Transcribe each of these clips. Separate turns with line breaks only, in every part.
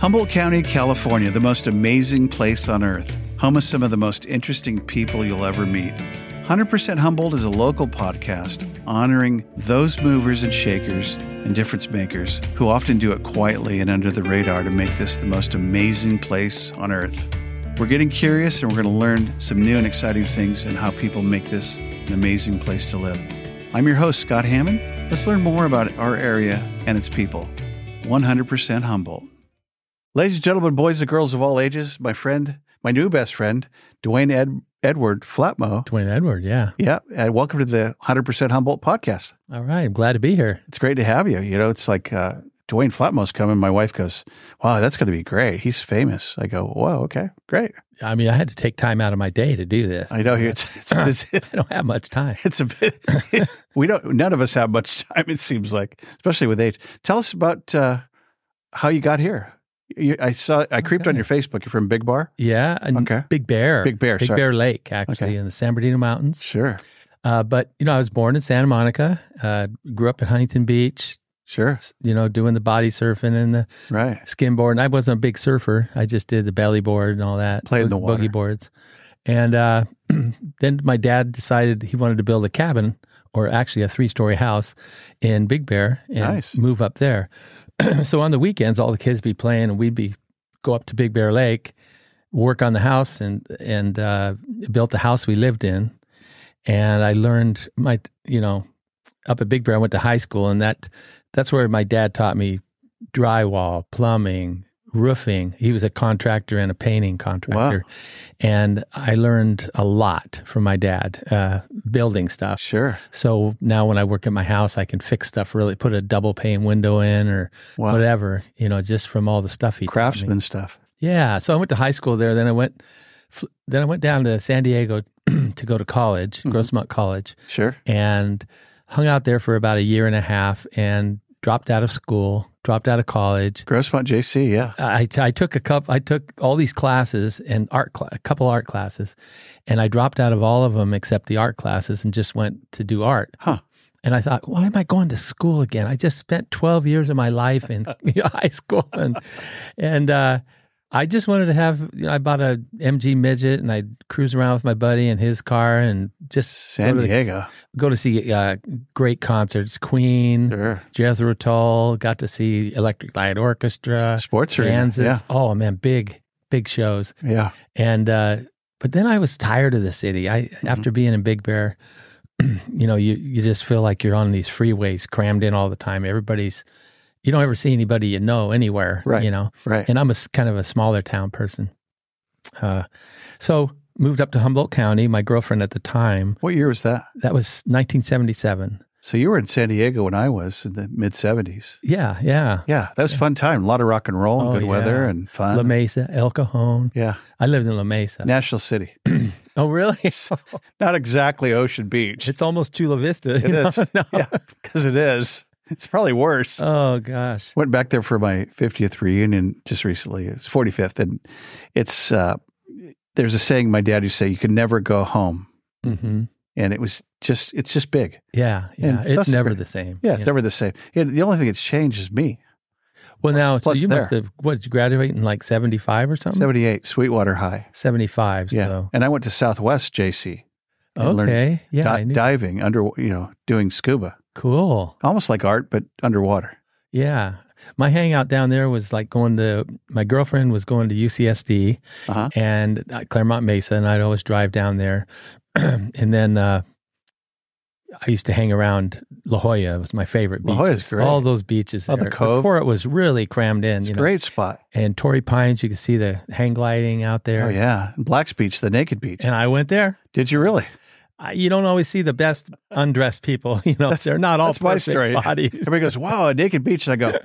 Humboldt County, California, the most amazing place on earth, home of some of the most interesting people you'll ever meet. 100% Humboldt is a local podcast honoring those movers and shakers and difference makers who often do it quietly and under the radar to make this the most amazing place on earth. We're getting curious and we're going to learn some new and exciting things and how people make this an amazing place to live. I'm your host, Scott Hammond. Let's learn more about our area and its people. 100% Humboldt. Ladies and gentlemen, boys and girls of all ages, my friend, my new best friend, Dwayne Ed- Edward Flatmo.
Dwayne Edward, yeah.
Yeah, and welcome to the 100% Humboldt podcast.
All right, I'm glad to be here.
It's great to have you. You know, it's like uh, Dwayne Flatmo's coming. My wife goes, wow, that's going to be great. He's famous. I go, whoa, okay, great.
I mean, I had to take time out of my day to do this.
I know here it's, it's, it's,
I don't have much time.
it's a bit, we don't, none of us have much time, it seems like, especially with age. Tell us about uh, how you got here. You, I saw, I creeped on
Okay.
your Facebook. You're from Big Bar?
Yeah, and
Okay.
Big Bear,
Big Bear,
Big
sorry.
Bear Lake, actually
Okay.
in the San Bernardino Mountains.
Sure,
Uh, but you know, I was born in Santa Monica. Uh, grew up in Huntington Beach.
sure,
You know, doing the body surfing and the
right.
skin board. And I wasn't a big surfer. I just did the belly board and all that.
Played in the
boog-
water.
Boogie boards. And uh, then my dad decided he wanted to build a cabin or actually a three story house in Big Bear and
Nice.
move up there. so on the weekends, all the kids be playing and we'd be go up to Big Bear Lake, work on the house and, and uh, built the house we lived in. And I learned my, you know, up at Big Bear, I went to high school and that, that's where my dad taught me drywall, plumbing, roofing. He was a contractor and a painting contractor. And I learned a lot from my dad, uh, building stuff.
Sure.
So now when I work at my house, I can fix stuff really, put a double pane window in or
Wow.
whatever, you know, just from all the stuff he taught me.
Craftsman stuff.
Yeah. So I went to high school there. Then I went, fl- then I went down to San Diego to go to college,
Mm-hmm.
Grossmont College
Sure.
and hung out there for about a year and a half and dropped out of school, dropped out of college.
Grossmont JC, yeah.
I, I took a cup. I took all these classes and art, cla a couple art classes, and I dropped out of all of them except the art classes and just went to do art.
Huh.
And I thought, why am I going to school again? I just spent 12 years of my life in you know, high school, and and uh, I just wanted to have. You know, I bought a MG midget, and I cruise around with my buddy in his car, and just
San
go to the-
Diego.
go to see uh, great concerts, Queen,
Sure.
Jethro Tull, got to see Electric Light Orchestra,
Sports arena.
uh, Kansas. Oh man, big big shows.
Yeah. Yeah.
And uh, but then I was tired of the city. I
Mm-hmm.
after being in Big Bear, you know, you you just feel like you're on these freeways crammed in all the time. Everybody's you don't ever see anybody you know anywhere,
Right.
you know.
Right.
And I'm a s- kind of a smaller town person. Uh, so moved up to Humboldt County. My girlfriend at the time,
what year was that?
that was 1977.
So you were in San Diego when I was in the mid 70s.
Yeah, yeah.
Yeah. That was a fun time. A lot of rock and roll and
Oh,
good
yeah.
weather and fun.
La Mesa, El Cajon.
yeah.
I lived in La Mesa.
National City.
oh, really?
Not exactly Ocean Beach.
it's almost Chula Vista.
It is. Yeah. Because it is. It's probably worse.
Oh gosh.
Went back there for my 50th reunion just recently. It's 45th. And it's, uh, there's a saying my dad used to say, you can never go home.
hmm
And it was just, it's just big.
Yeah,
And
yeah. It's
Sussex-
never the same.
Yeah, it's never the same. Yeah, the only thing that's changed is me.
Well, now so
plus
you must
there.
have what did you graduate in like seventy five or something?
78, Sweetwater High.
Seventy five.
Yeah.
Um, So
And I went to Southwest JC. and learned
okay. Yeah.
di-
I knew.
diving under, you know, doing scuba.
cool.
Almost like art, but underwater.
Yeah. My hangout down there was like going to my girlfriend was going to UCSD
Uh-huh.
and uh, Claremont Mesa, and I'd always drive down there. and then uh, I used to hang around La Jolla. It was my favorite
La
beach.
Jolla's great.
All those beaches
Oh,
there.
the Cove.
Before it was really crammed in,
It's a
you know.
great spot.
And Torrey Pines, you could see the hang gliding out there.
Oh, yeah. And Black's Beach, the naked beach.
And I went there.
Did you really?
I, you don't always see the best undressed people. You know,
That's-
they're not all
that's my
perfect
story.
bodies.
Everybody goes, wow, a naked beach. And I go,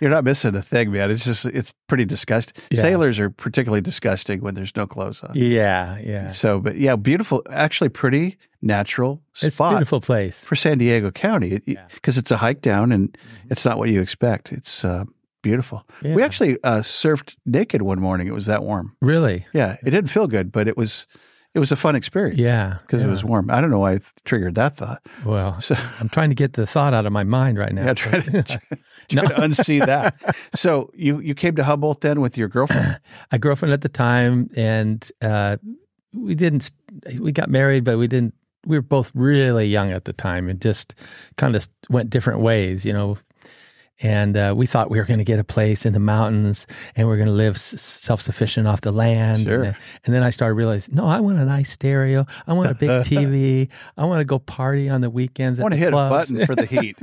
you're not missing a thing, man. It's just, it's pretty disgusting.
Yeah.
Sailors are particularly disgusting when there's no clothes on.
yeah, yeah.
So, but yeah, beautiful, actually pretty natural spot.
It's a beautiful place.
for San Diego County because
Yeah. Mm-hmm.
it's a hike down and it's not what you expect. It's uh, beautiful. We
Yeah.
actually uh, surfed naked one morning. It was that warm.
Really?
Yeah, it didn't feel good, but it was it was a fun experience
Yeah.
because
yeah.
it was warm. I don't know why it triggered that thought.
Well,
So
I'm trying to get the thought out of my mind right now.
yeah, try to, try, try to unsee that. So you you came to Humboldt then with your girlfriend.
a girlfriend at the time, and uh, we didn't. We got married, but we didn't. We were both really young at the time, and just kind of went different ways, you know. And uh, we thought we were going to get a place in the mountains, and we are going to live s- self-sufficient off the land.
Sure.
And, then, and then I started realizing, no, I want a nice stereo. I want a big TV. I want to go party on the weekends.
I want to hit a button for the heat.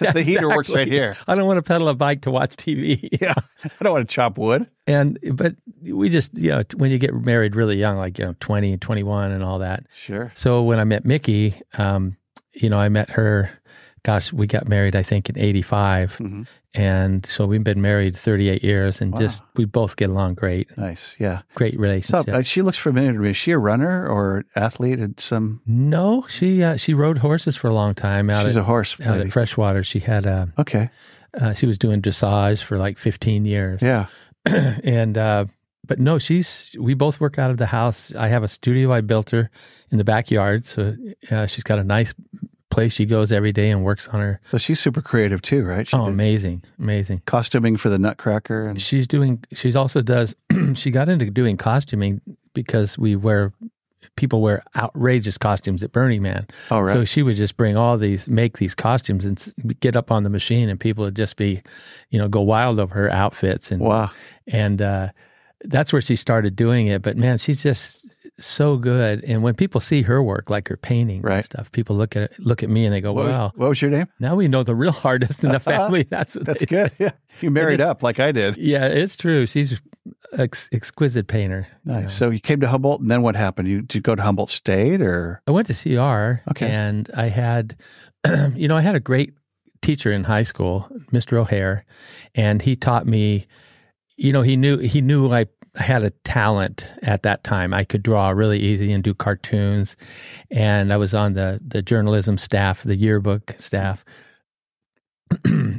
the heater works right here.
I don't want to pedal a bike to watch TV.
Yeah, I don't want to chop wood.
and but we just you know when you get married really young like you know 20 21 and all that
Sure.
so when i met mickey um you know i met her gosh we got married i think in 85
Mhm.
and so we've been married 38 years and
Wow.
just we both get along great
Nice. Yeah.
great
So
relationship
uh, she looks familiar to me. Is she a runner or athlete? At some
no she uh, she rode horses for a long time out
she's
at
a horse
out
lady.
at freshwater she had a
Okay.
uh, she was doing dressage for like 15 years
Yeah.
and uh but no she's we both work out of the house i have a studio i built her in the backyard so uh, she's got a nice place she goes every day and works on her
So she's super creative too, right? She
oh
did
amazing amazing
costuming for the Nutcracker and
she's doing she's also does she got into doing costuming because we wear people wear outrageous costumes at burning man
all right.
so she would just bring all these make these costumes and s- get up on the machine and people would just be you know go wild over her outfits and
wow.
and uh, that's where she started doing it. But man, she's just so good. And when people see her work, like her paintings
Right.
and stuff, people look at it, look at me and they go,
What,
"Wow,
was, what was your name?
now we know the real artist in the family." That's what
That's
they-
good. Yeah. You married up like I did.
Yeah, it's true. She's ex- exquisite painter.
Nice. So you came to Humboldt and then what happened? You did you go to Humboldt State or
I went to CR,
Okay.
and I had, you know, I had a great teacher in high school, Mr. O'Hare, and he taught me. You know, he knew he knew I had a talent at that time. I could draw really easy and do cartoons, and I was on the the journalism staff, the yearbook staff.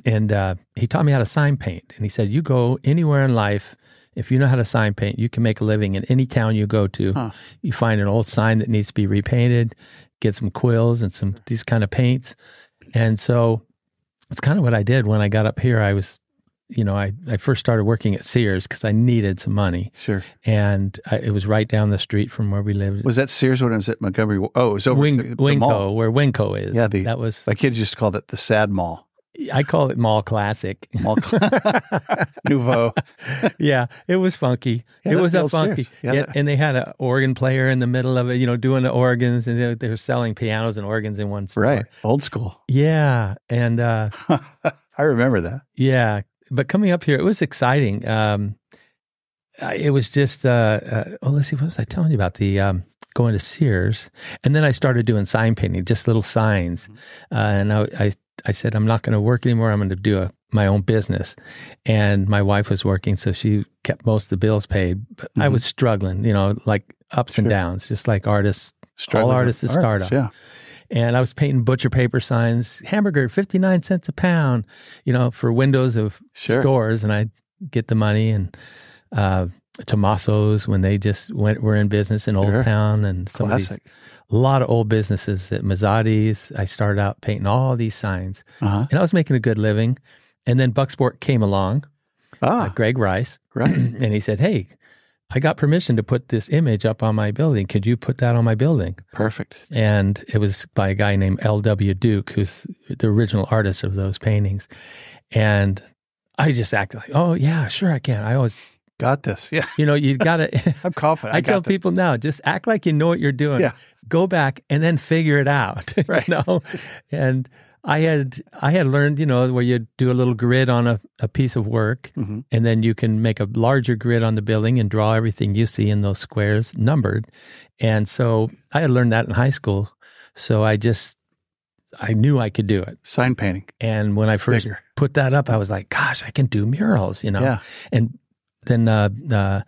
and uh, he taught me how to sign paint, and he said, "You go anywhere in life." If you know how to sign paint, you can make a living in any town you go to
Huh.
you find an old sign that needs to be repainted, get some quills and some these kind of paints. And so it's kind of what I did when I got up here. I was, you know, I, I first started working at Sears because I needed some money.
Sure.
And I, it was right down the street from where we lived.
Was that Sears when it was at Montgomery? Oh, it was over
Wing,
the, the mall.
Winco, where Winco is.
Yeah, the-
that was,
My kids just called it the sad mall.
I call it Mall Classic.
Mall Nouveau.
yeah, it was funky.
Yeah,
it
that's
was
the
a
old
funky.
Sears. Yeah,
Yeah,
that-
and they had an organ player in the middle of it, you know, doing the organs, and they, they were selling pianos and organs in one store.
Right. Old school.
Yeah, and uh,
I remember that.
yeah, but coming up here, it was exciting. Um, I- it was just uh, uh, oh, let's see, what was I telling you about the um, going to Sears, and then I started doing sign painting, just little signs, uh, and I, I I said I'm not going to work anymore. I'm going to do a, my own business, and my wife was working, so she kept most of the bills paid, but I
Mhm.
was struggling, you know, like ups and
Sure.
downs, just like artists
Struggling
artists
with
is startup.
Yeah.
and I was painting butcher paper signs, hamburger, 59 cents a pound, you know, for windows of
Sure.
stores. And I get the money and, uh, Tomaso's when they just went, were in business in Old
Sure.
Town and some of
Classic.
these, a lot of old businesses that Mazzotti. I started out painting all these signs
Uh-huh.
and I was making a good living. And then Bucksport came along, uh,
Ah,
Greg Rice,
right.
and he said, Hey, I got permission to put this image up on my building. Could you put that on my building?
Perfect.
and it was by a guy named L.W. Duke, who's the original artist of those paintings. And I just act like, oh yeah, sure I can. I always,
Got this. Yeah.
you know, you gotta.
I'm confident.
I,
I,
tell
got this.
people now, just act like you know what you're doing.
Yeah.
Go back and then figure it out.
Right.
You know? And I had I had learned, you know, where you do a little grid on a, a piece of work
Mhm.
and then you can make a larger grid on the building and draw everything you see in those squares numbered. And so I had learned that in high school. So I just I knew I could do it.
Sign painting.
And when I first
Bigger.
put that up, I was like, gosh, I can do murals, you know.
Yeah.
And then uh, uh,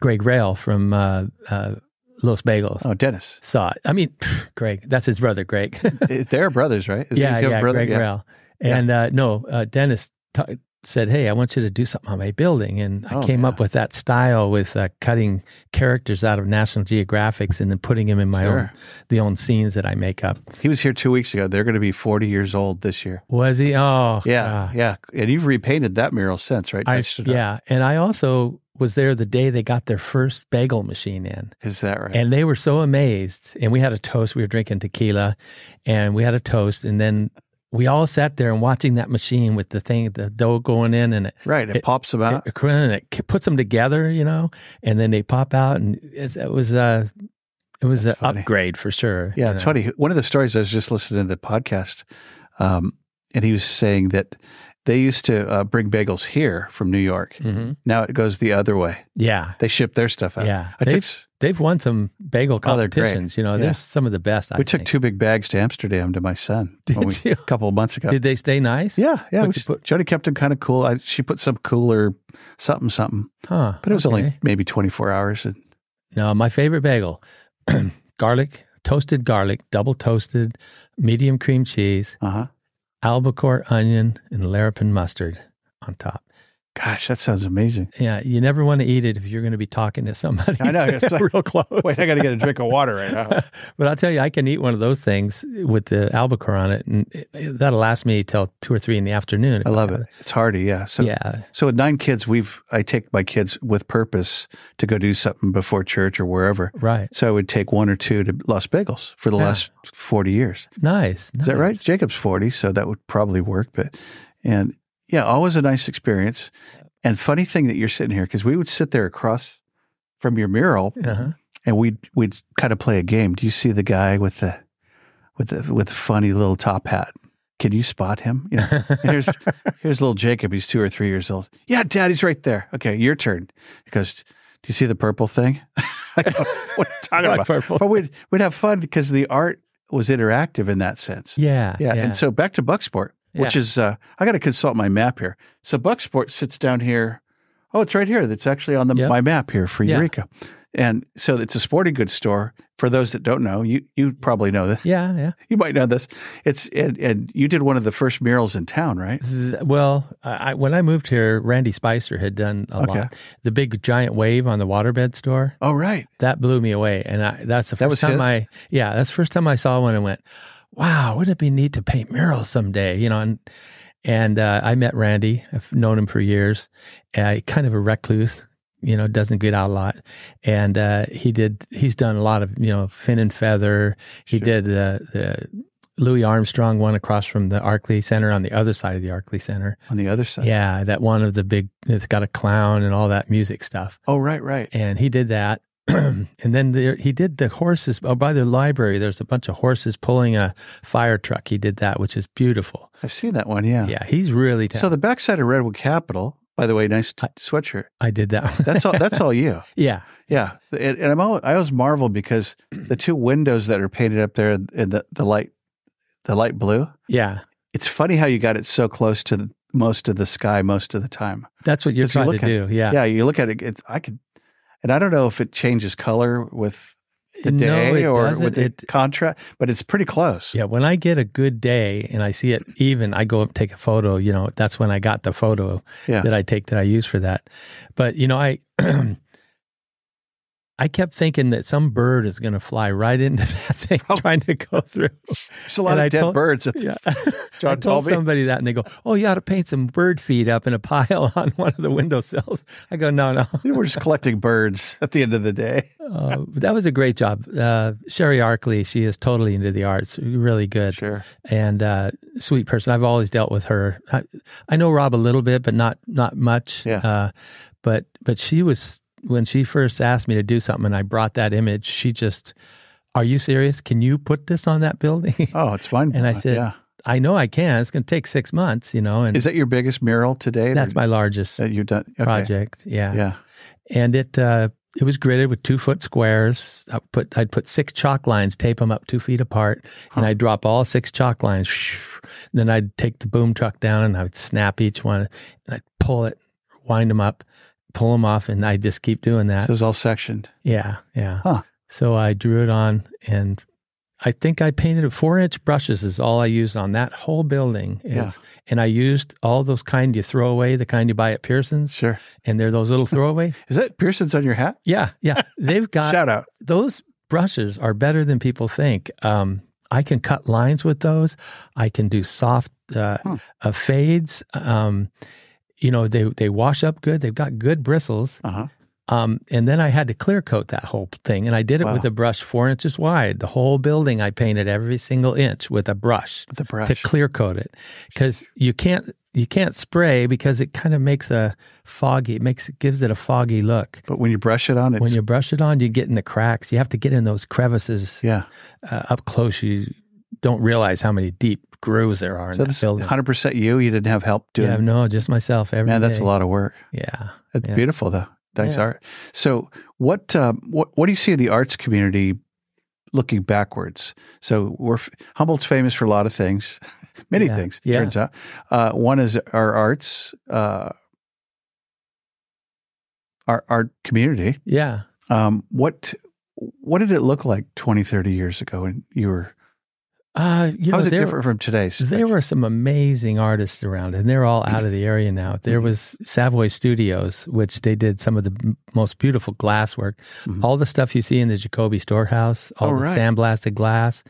Greg Rail from uh, uh, Los Bagels
Oh, Dennis.
saw it. I mean, Greg, that's his brother, Greg.
They're brothers, right? Is-
yeah,
is your
yeah,
brother?
Greg Rail. And uh, no, uh, Dennis t- said, "Hey, I want you to do something on my building," and I
Oh,
came
yeah.
up with that style with uh, cutting characters out of National Geographics and then putting them in my own
Sure.
the own scenes that I make up.
He was here two weeks ago. They're going to be 40 years old this year.
Was he? Oh,
Yeah,
ah.
yeah. And you've repainted that mural since, right?
I,
Touched it up.
yeah, and I also was there the day they got their first bagel machine in.
Is that right?
And they were so amazed. And we had a toast. We were drinking tequila and we had a toast. And then we all sat there and watching that machine with the thing, the dough going in and it,
right. It,
it-
pops them out.
it, and it k- puts them together, you know, and then they pop out. And it's, it was, uh, it was
That's
an
funny.
upgrade for sure.
yeah,
you
it's
know.
funny. One of the stories I was just listening to the podcast, um, and he was saying that they used to uh, bring bagels here from New York.
Mhm.
Now it goes the other way.
Yeah.
They ship their stuff out.
Yeah.
I took,
They've,
s-
they've won some bagel
Oh, they're great.
competitions. You know,
Yeah.
they're some of the best. I
we took
think.
two big bags to Amsterdam to my son
Did
when we-
you?
a couple of months ago.
Did they stay nice?
yeah, yeah. we
What'd you
just-
put-
Jody kept him kind of cool. I, she put some cooler something, something,
Huh.
but it was only
okay.
maybe 24 hours. And
No, my favorite bagel garlic, toasted garlic, double toasted, medium cream cheese,
Uh huh.
albacore onion, and larapin mustard on top.
Gosh, that sounds amazing.
Yeah, you never want to eat it if you're going to be talking to somebody.
I know, it's like-
real close.
Wait, I got to get a drink of water right now.
but I'll tell you, I can eat one of those things with the albacore on it, and it, it- that'll last me till two or three in the afternoon. if
I love
have
it. It's hearty. Yeah. So,
yeah,
so with nine kids, we've, I take my kids with purpose to go do something before church or wherever.
right.
So I would take one or two to Los Bagels for the
Yeah.
last 40 years.
Nice.
Is that right? Jacob's 40, so that would probably work. But, and yeah, always a nice experience. And funny thing that you're sitting here, because we would sit there across from your mural
Uh-huh.
and we'd, we'd kind of play a game. Do you see the guy with the, with the, with the funny little top hat? Can you spot him? You know,
Uh-huh.
and here's here's little Jacob. He's two or three years old. Yeah, Dad, he's right there. Okay, your turn. He goes, Do you see the purple thing? I go, what are you talking
Like
about?
purple.
But we'd we'd have fun because the art was interactive in that sense.
Yeah,
Yeah. And so back to Bucksport, which
Yeah.
is uh, I got to consult my map here. So Bucksport sits down here. Oh, it's right here. That's actually on the
Yep.
my map here for
Yeah.
Eureka. And so it's a sporting goods store. For those that don't know, you you probably know this.
yeah, yeah.
You might know this. It's and, and you did one of the first murals in town, right?
Th- well, I, I- when I moved here, Randy Spicer had done a
Okay.
lot. The big giant wave on the waterbed store
Oh, right.
that blew me away, and I, that's the
That
first
was
time
his?
I yeah, that's the first time I saw one and went, wow, wouldn't it be neat to paint murals someday? You know, and and uh, I met Randy. I've known him for years. Uh, kind of a recluse, you know, doesn't get out a lot. And uh, he did. He's done a lot of you know fin and feather. He
Sure.
did the the Louis Armstrong one across from the Arkley Center on the other side of the Arkley Center.
On the other side.
Yeah, that one of the big, it's got a clown and all that music stuff.
Oh, right, right.
And he did that. and then there, he did the horses oh, by the library. There's a bunch of horses pulling a fire truck. He did that, which is beautiful.
I've seen that one. Yeah.
Yeah, he's really
So
talented.
the backside of Redwood Capital, by the way, nice t-
I-
sweatshirt.
I did that. one.
That's all. That's all you.
yeah,
Yeah. And, and I'm always, I always marvel because the two windows that are painted up there in the, the light, the light blue.
yeah.
It's funny how you got it so close to the, most of the sky most of the time.
That's what you're
If you
trying
look
to
at
do. Yeah.
Yeah. you look at it. it I could, and I don't know if it changes color with the
No,
day
it
or
doesn't.
with the
It-
contrast, but it's pretty close.
Yeah, when I get a good day and I see it even, I go up and take a photo. You know, that's when I got the photo
Yeah.
that I take that I use for that. But you know, I I kept thinking that some bird is going to fly right into that thing trying to go through.
There's a lot
And
of
I
dead
told-
birds. At the,
Yeah, I
John
told
Talby.
somebody that, and they go, "Oh, you ought to paint some bird feed up in a pile on one of the windowsills." I go, "No, no."
We're just collecting birds at the end of the day.
Uh, but that was a great job, uh, Sherry Arkley. She is totally into the arts, really good.
Sure.
and uh, sweet person. I've always dealt with her. I, I know Rob a little bit, but not not much.
Yeah.
Uh, but but she was when she first asked me to do something, and I brought that image. She just, "Are you serious? Can you put this on that building?"
Oh, it's fine.
and I said,
yeah.
"I know I can. It's going to take six months, you know." And
Is that your biggest mural today?
that's my largest
that you've done okay.
project. Yeah.
Yeah.
and it. Uh, it was gridded with two foot squares. I put I'd put six chalk lines, tape them up two feet apart, and I'd drop all six chalk lines. Then I'd take the boom truck down and I would snap each one and I'd pull it, wind them up, pull them off, and I just keep doing that.
So it's all sectioned.
yeah, yeah.
Huh.
So I drew it on and I think I painted four inch brushes is all I used on that whole building. Is,
Yeah.
And I used all those kind you throw away, the kind you buy at Pearson's,
Sure.
and they're those little throwaway.
Is that Pearson's on your hat?
yeah, yeah. They've got
Shout out.
those brushes are better than people think. Um, I can cut lines with those. I can do soft uh,
Hmm.
uh, fades. Um, you know, they they wash up good. They've got good bristles.
Uh huh.
Um, and then I had to clear coat that whole thing, and I did it
Wow.
with a brush four inches wide. The whole building, I painted every single inch with a brush
The brush.
to clear coat it because you can't you can't spray because it kind of makes a foggy. It makes it gives it a foggy look.
but when you brush it on, it's
When you brush it on, you get in the cracks. You have to get in those crevices
yeah.
uh, up close. You don't realize how many deep grooves there are in
So
that
this
building.
hundred percent you. You didn't have help doing.
yeah, no, just myself. Every
Man, that's a
day.
lot of work.
Yeah.
That's
Yeah.
beautiful though. Nice
Yeah.
art. So what um, what what do you see in the arts community? Looking backwards, so we're f- Humboldt's famous for a lot of things, many
Yeah.
things.
Yeah.
Turns out, uh, one is our arts, uh, our art community.
Yeah.
Um, what what did it look like 20, 30 years ago? when you were
Uh, you
how
know,
is it
there,
different from today's?
there were some amazing artists around, and they're all out of the area now.
Mm-hmm.
There was Savoy Studios, which they did some of the m- most beautiful glass work.
Mhm.
All the stuff you see in the Jacoby Storehouse,
Oh,
all the
right.
sandblasted glass,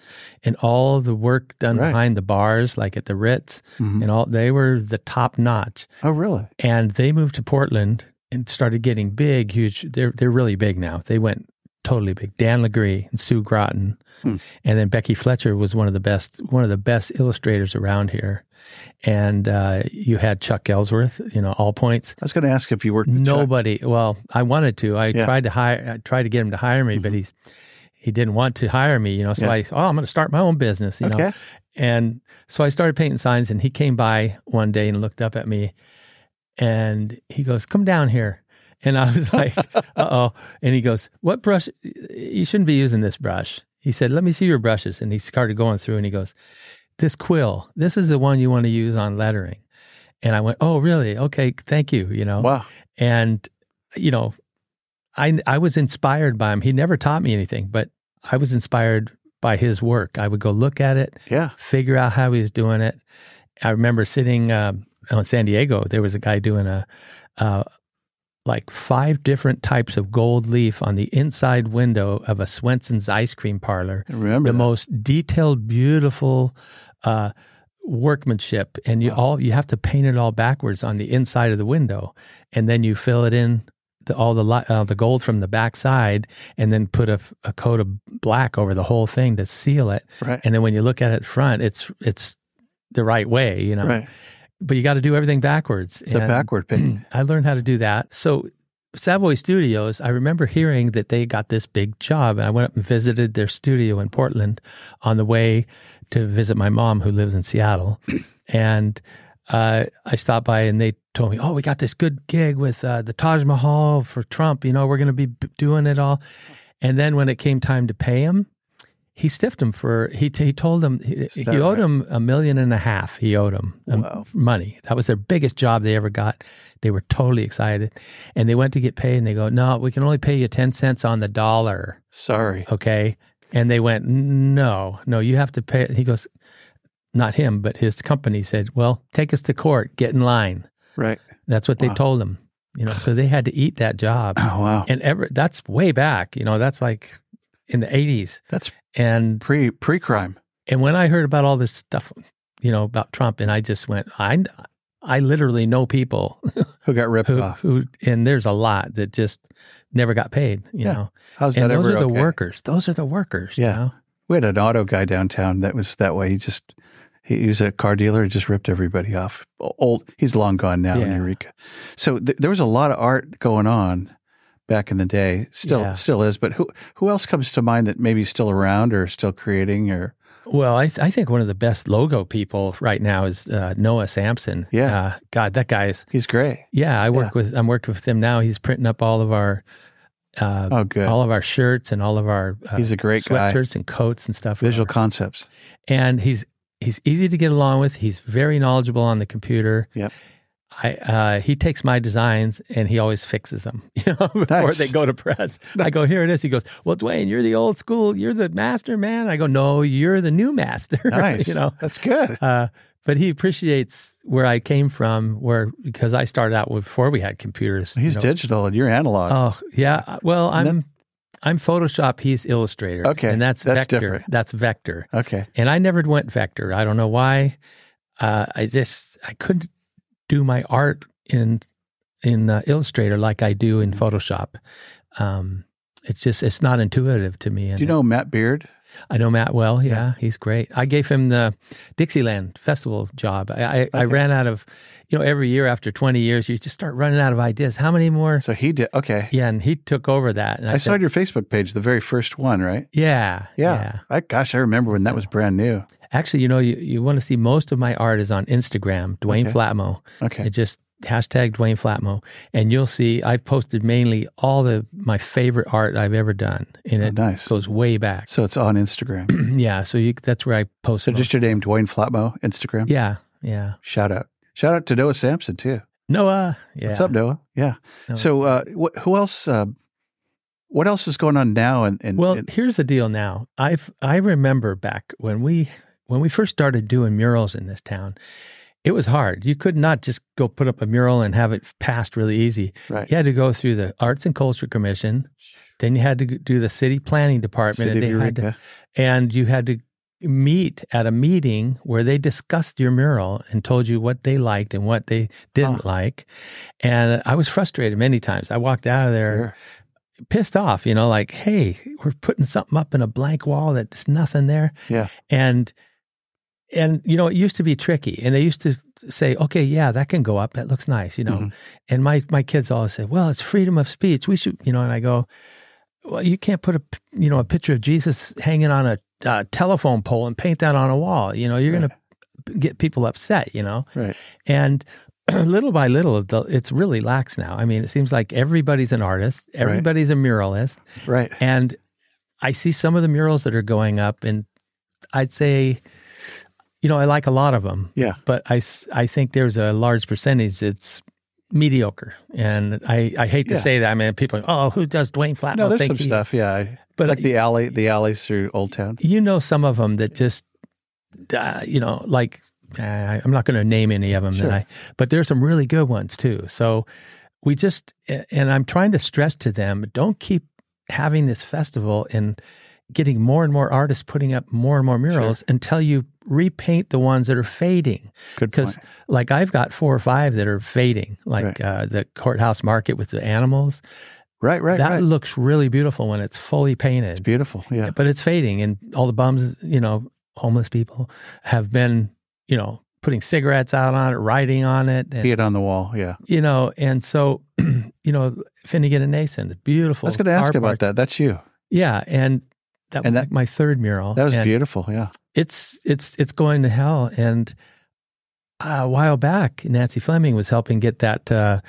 and all the work done
Right.
behind the bars, like at the Ritz,
Mhm.
and all they were the top notch.
Oh, really?
and they moved to Portland and started getting big, huge. They're they're really big now. They went totally big. Dan Legree and Sue Groton,
Hmm.
and then Becky Fletcher was one of the best one of the best illustrators around here. And uh, you had Chuck Ellsworth, you know, all points.
I was going to ask if you worked. with Chuck.
Nobody. Well, I wanted to. I
Yeah. Mm-hmm.
tried to hire. I tried to get him to hire me, but he's he didn't want to hire me. You know, so
Yeah.
I oh, I'm going to start my own business. You know,
Okay.
and so I started painting signs, and he came by one day and looked up at me and he goes, Come down here. And I was like, Uh oh. And he goes, What brush? You shouldn't be using this brush. He said, Let me see your brushes. And he started going through and he goes, This quill, this is the one you want to use on lettering. And I went, Oh, really? Okay. Thank you. You know,
Wow.
and you know i i was inspired by him he never taught me anything but i was inspired by his work i would go look at it
Yeah.
figure out how he was doing it i remember sitting um, out in san diego there was a guy doing a uh, like five different types of gold leaf on the inside window of a swenson's ice cream parlor
I remember
the
that.
most detailed, beautiful uh, workmanship, and you
Wow.
all you have to paint it all backwards on the inside of the window, and then you fill it in the, all the li- uh, the gold from the backside, and then put a, f- a coat of black over the whole thing to seal it.
Right.
And then when you look at it front, it's it's the right way, you know.
Right.
But you got to do everything backwards.
It's a
and-
backward painting.
I learned how to do that. So Savoy Studios, I remember hearing that they got this big job, and I went up and visited their studio in Portland on the way to visit my mom who lives in Seattle, and. Uh, I stopped by and they told me, "Oh, we got this good gig with uh, the Taj Mahal for Trump. You know, we're going to be b- doing it all." And then when it came time to pay him, he stiffed him for he he told him he, he
that
owed
right?
him a million and a half. He owed him um,
Wow.
money. That was their biggest job they ever got. They were totally excited, and they went to get paid, and they go, "No, we can only pay you ten cents on the dollar."
Sorry.
Okay, and they went, "No, no, you have to pay." He goes, "Not him, but his company said, well, take us to court, get in line.'
Right.
That's what
Wow.
they told him. You know, so they had to eat that job,
Oh wow.
and ever that's way back. You know, that's like in the eighties,
That's
and
pre pre crime.
and when I heard about all this stuff, you know, about Trump, and I just went, I, I literally know people
Who got ripped
who,
off?
who, and there's a lot that just never got paid, you
Yeah.
know.
How's
and
that
those
ever
are the
okay?
workers. Those are the workers.
Yeah.
You know?
We had an auto guy downtown that was that way. He just he, he was a car dealer. He just ripped everybody off. O- Old. He's long gone now in
Yeah.
Eureka. So th- there was a lot of art going on back in the day. Still
Yeah.
still is. But who who else comes to mind that maybe is still around or still creating or
Well, I, th- I think one of the best logo people right now is uh, Noah Sampson.
Yeah.
Uh, God, that guy is.
he's great.
Yeah, I work with. I'm working with him now. He's printing up all of our, uh,
Oh good.
all of our shirts and all of our uh,
he's a great guy.
sweatshirts and coats and stuff.
Visual
Our-
concepts.
and he's he's easy to get along with. He's very knowledgeable on the computer.
Yep.
I, uh, he takes my designs and he always fixes them you know, before
Nice.
they go to press. I go, here it is. He goes, well, Dwayne, you're the old school. You're the master, man. I go, no, you're the new master.
Nice.
you know,
that's good.
uh, but he appreciates where I came from, where because I started out with- before we had computers. you
He's
know.
digital and you're analog.
Oh yeah. Well, I'm
And
I'm Photoshop. He's Illustrator.
Okay,
and that's,
that's
vector.
different.
That's vector.
okay.
And I never went vector. I don't know why. Uh, I just I couldn't do my art in in uh, Illustrator like I do
Mm-hmm.
in Photoshop. Um, it's just it's not intuitive to me. And
Do you know Matt Beard?
I know Matt well. Yeah, he's great. I gave him the Dixieland Festival job. I, I, I
Okay.
ran out of, you know, every year after 20 years, you just start running out of ideas. How many more?
So he did. Okay.
Yeah, and he took over that. And I,
I saw
said,
your Facebook page, the very first one, right?
yeah,
Yeah. I, gosh, I remember when that was brand new.
Actually, you know, you, you want to see most of my art is on Instagram, Dwayne
Okay.
Flatmo.
Okay.
It just hashtag Dwayne Flatmo, and you'll see I've posted mainly all the my favorite art I've ever done, and
Oh,
it
nice.
goes way back.
So it's on Instagram.
yeah, so you, that's where I post.
so
most.
just your name, Dwayne Flatmo, Instagram.
yeah, yeah.
Shout out. Shout out to Noah Sampson, too.
Noah, yeah.
What's up, Noah? Yeah.
Noah.
So uh, wh- who else? Uh, what else is going on now? And, and,
Well,
and-
here's the deal now. I've I remember back when we when we first started doing murals in this town, it was hard. You could not just go put up a mural and have it passed really easy.
right.
You had to go through the Arts and Culture Commission, then you had to g- do the city planning department
City of
and they had to,
Eureka.
and you had to meet at a meeting where they discussed your mural and told you what they liked and what they didn't like. And I was frustrated many times. I walked out of there
Sure.
pissed off, you know, like, hey, we're putting something up in a blank wall that there's nothing there.
Yeah.
And and you know, it used to be tricky. And they used to say, Okay, yeah, that can go up. That looks nice, you know.
Mhm.
And my my kids always say, Well, it's freedom of speech. We should you know, and I go, Well, you can't put a p- you know, a picture of Jesus hanging on a uh, telephone pole and paint that on a wall. You know, you're gonna p- get people upset, you know.
Right.
And little by little, the, it's really lax now. I mean, it seems like everybody's an artist, everybody's a muralist.
Right.
And I see some of the murals that are going up, and I'd say, you know, I like a lot of them,
Yeah.
but I, s- I think there's a large percentage that's mediocre. And I, I hate to
Yeah.
say that. I mean, people, oh, who does Dwayne Flatman?
No, there's
think
some
he-"
stuff. Yeah. I-
But
like the alley, the alleys through Old Town.
you know, some of them that just, uh, you know, like uh, I'm not going to name any of them,
Sure.
that I, but there's some really good ones too. So we just, and I'm trying to stress to them, don't keep having this festival and getting more and more artists putting up more and more murals until you repaint the ones that are fading.
Good
Because
point.
like I've got four or five that are fading, like
Right.
uh, the courthouse market with the animals.
Right. Right.
that
right.
looks really beautiful when it's fully painted
It's beautiful. Yeah.
Uh, but it's fading and all the bums you know homeless people have been you know putting cigarettes out on it writing on it and
Be it on the wall. Yeah.
you know and so you know finnegan and nason beautiful
I was going to ask
art
about
mark-
that. That's you.
yeah and that
And
was
that-
like my third mural
That was
and
beautiful. Yeah.
it's it's it's going to hell and a while back nancy fleming was helping get that uh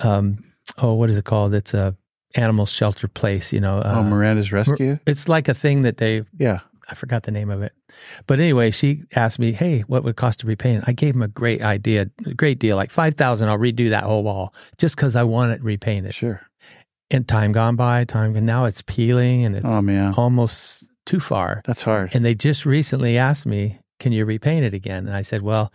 um oh what is it called it's a animal shelter place you know uh,
oh, Miranda's Rescue.
it's like a thing that they
yeah.
I forgot the name of it. But anyway, she asked me, "Hey, what would it cost to repaint?" it?" I gave him a great idea, a great deal, like five thousand. I'll redo that whole wall just because I want it repainted.
Sure.
And time gone by, time and now it's peeling and it's
oh man,
almost too far.
that's hard.
And they just recently asked me, "Can you repaint it again?" And I said, "Well,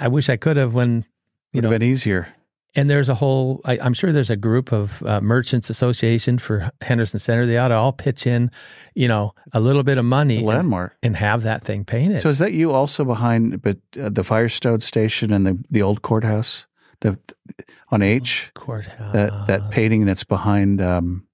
I wish I could have when." You
Would
know,
have been easier.
and there's a whole. I, I'm sure there's a group of uh, merchants association for Henderson Center. They ought to all pitch in, you know, a little bit of money. and-
Landmark.
and have that thing painted.
So is that you also behind but uh, the Firestone station and the the old courthouse the on H
courthouse.
that that painting that's behind um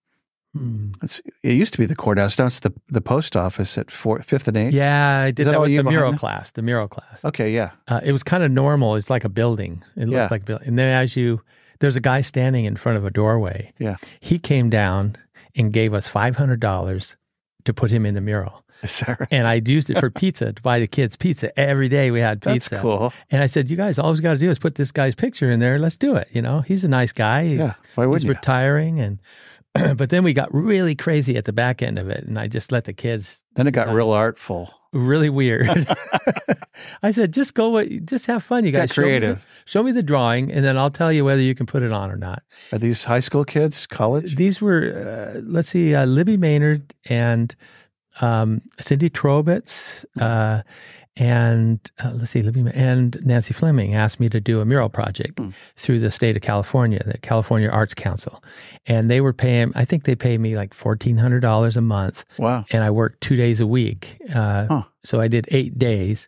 Hmm.
it's it used to be the courthouse now it's the the post office at four, fifth and H.
Yeah, I did
that
that,
all
with
you
the
behind
mural
that?
class. The mural class.
Okay, yeah.
Uh, it was kind of normal. It's like a building. It looked
Yeah.
like a building. And then as you, there's a guy standing in front of a doorway.
Yeah.
He came down and gave us five hundred dollars to put him in the mural.
Is that right?
And I used it for pizza to buy the kids pizza every day. We had
That's
pizza.
cool.
And I said, "You guys, all we got to do is put this guy's picture in there. Let's do it. You know, he's a nice guy. He's,
Yeah. Why wouldn't
he's
you?
retiring and but then we got really crazy at the back end of it and i just let the kids
Then it got real artful.
really weird. I said, just go, with- just have fun. You
Got
guys Show me the-
creative.
Show me, the, drawing, and then I'll tell you whether you can put it on or not.
Are these high school kids, college?
These were, uh, let's see, uh, Libby Maynard and um, Cindy Trobitz, uh, and uh, let's see, Libby Ma- and Nancy Fleming asked me to do a mural project through the state of California, the California Arts Council, and they were paying. I think they pay me like fourteen hundred dollars a month
Wow.
and I worked two days a week. Uh,
Huh.
So I did eight days,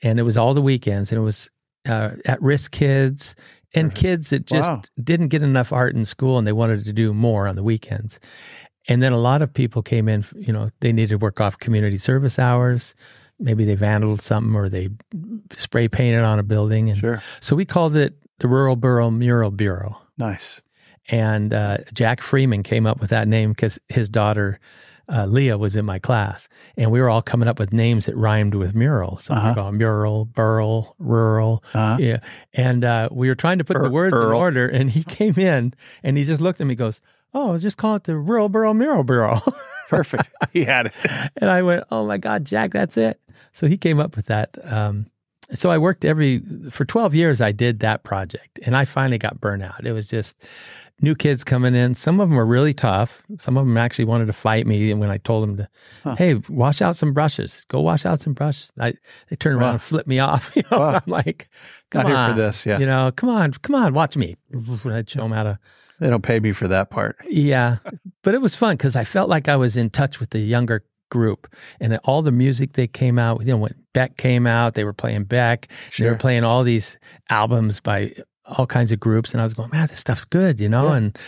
and it was all the weekends, and it was uh, at-risk kids and kids that just
Mm-hmm. Wow.
didn't get enough art in school, and they wanted to do more on the weekends. And then a lot of people came in. You know, they needed to work off community service hours. Maybe they vandalized something or they spray painted on a building, and
Sure.
so we called it the Rural Borough Mural Bureau
Nice.
and uh, Jack Freeman came up with that name because his daughter uh, Leah was in my class, and we were all coming up with names that rhymed with mural. So
Uh-huh.
we call mural, burl, rural.
Uh,
Yeah, and uh, we were trying to put
Bur-
the words
Earl.
in order, and he came in and he just looked at me, and goes, "Oh, just call it the rural borough mural bureau."
perfect. he had it.
and I went, "Oh my God, Jack, that's it." So he came up with that. Um, so I worked every for twelve years. I did that project, and I finally got burnt out. It was just new kids coming in. Some of them were really tough. Some of them actually wanted to fight me. And when I told them to,
Huh.
"Hey, wash out some brushes. Go wash out some brushes," I, they turned around
Wow.
and flipped me off. You know,
Wow.
I'm like,
Not
"Come
here
on
for this. Yeah.
You know, come on, come on, watch me. And I'd show them how to
They don't pay me for that part.
yeah, but it was fun because I felt like I was in touch with the younger group and all the music they came out. with, You know, when Beck came out, they were playing Beck. They
Sure.
were playing all these albums by all kinds of groups, and I was going, "Man, this stuff's good," you know.
Yeah.
And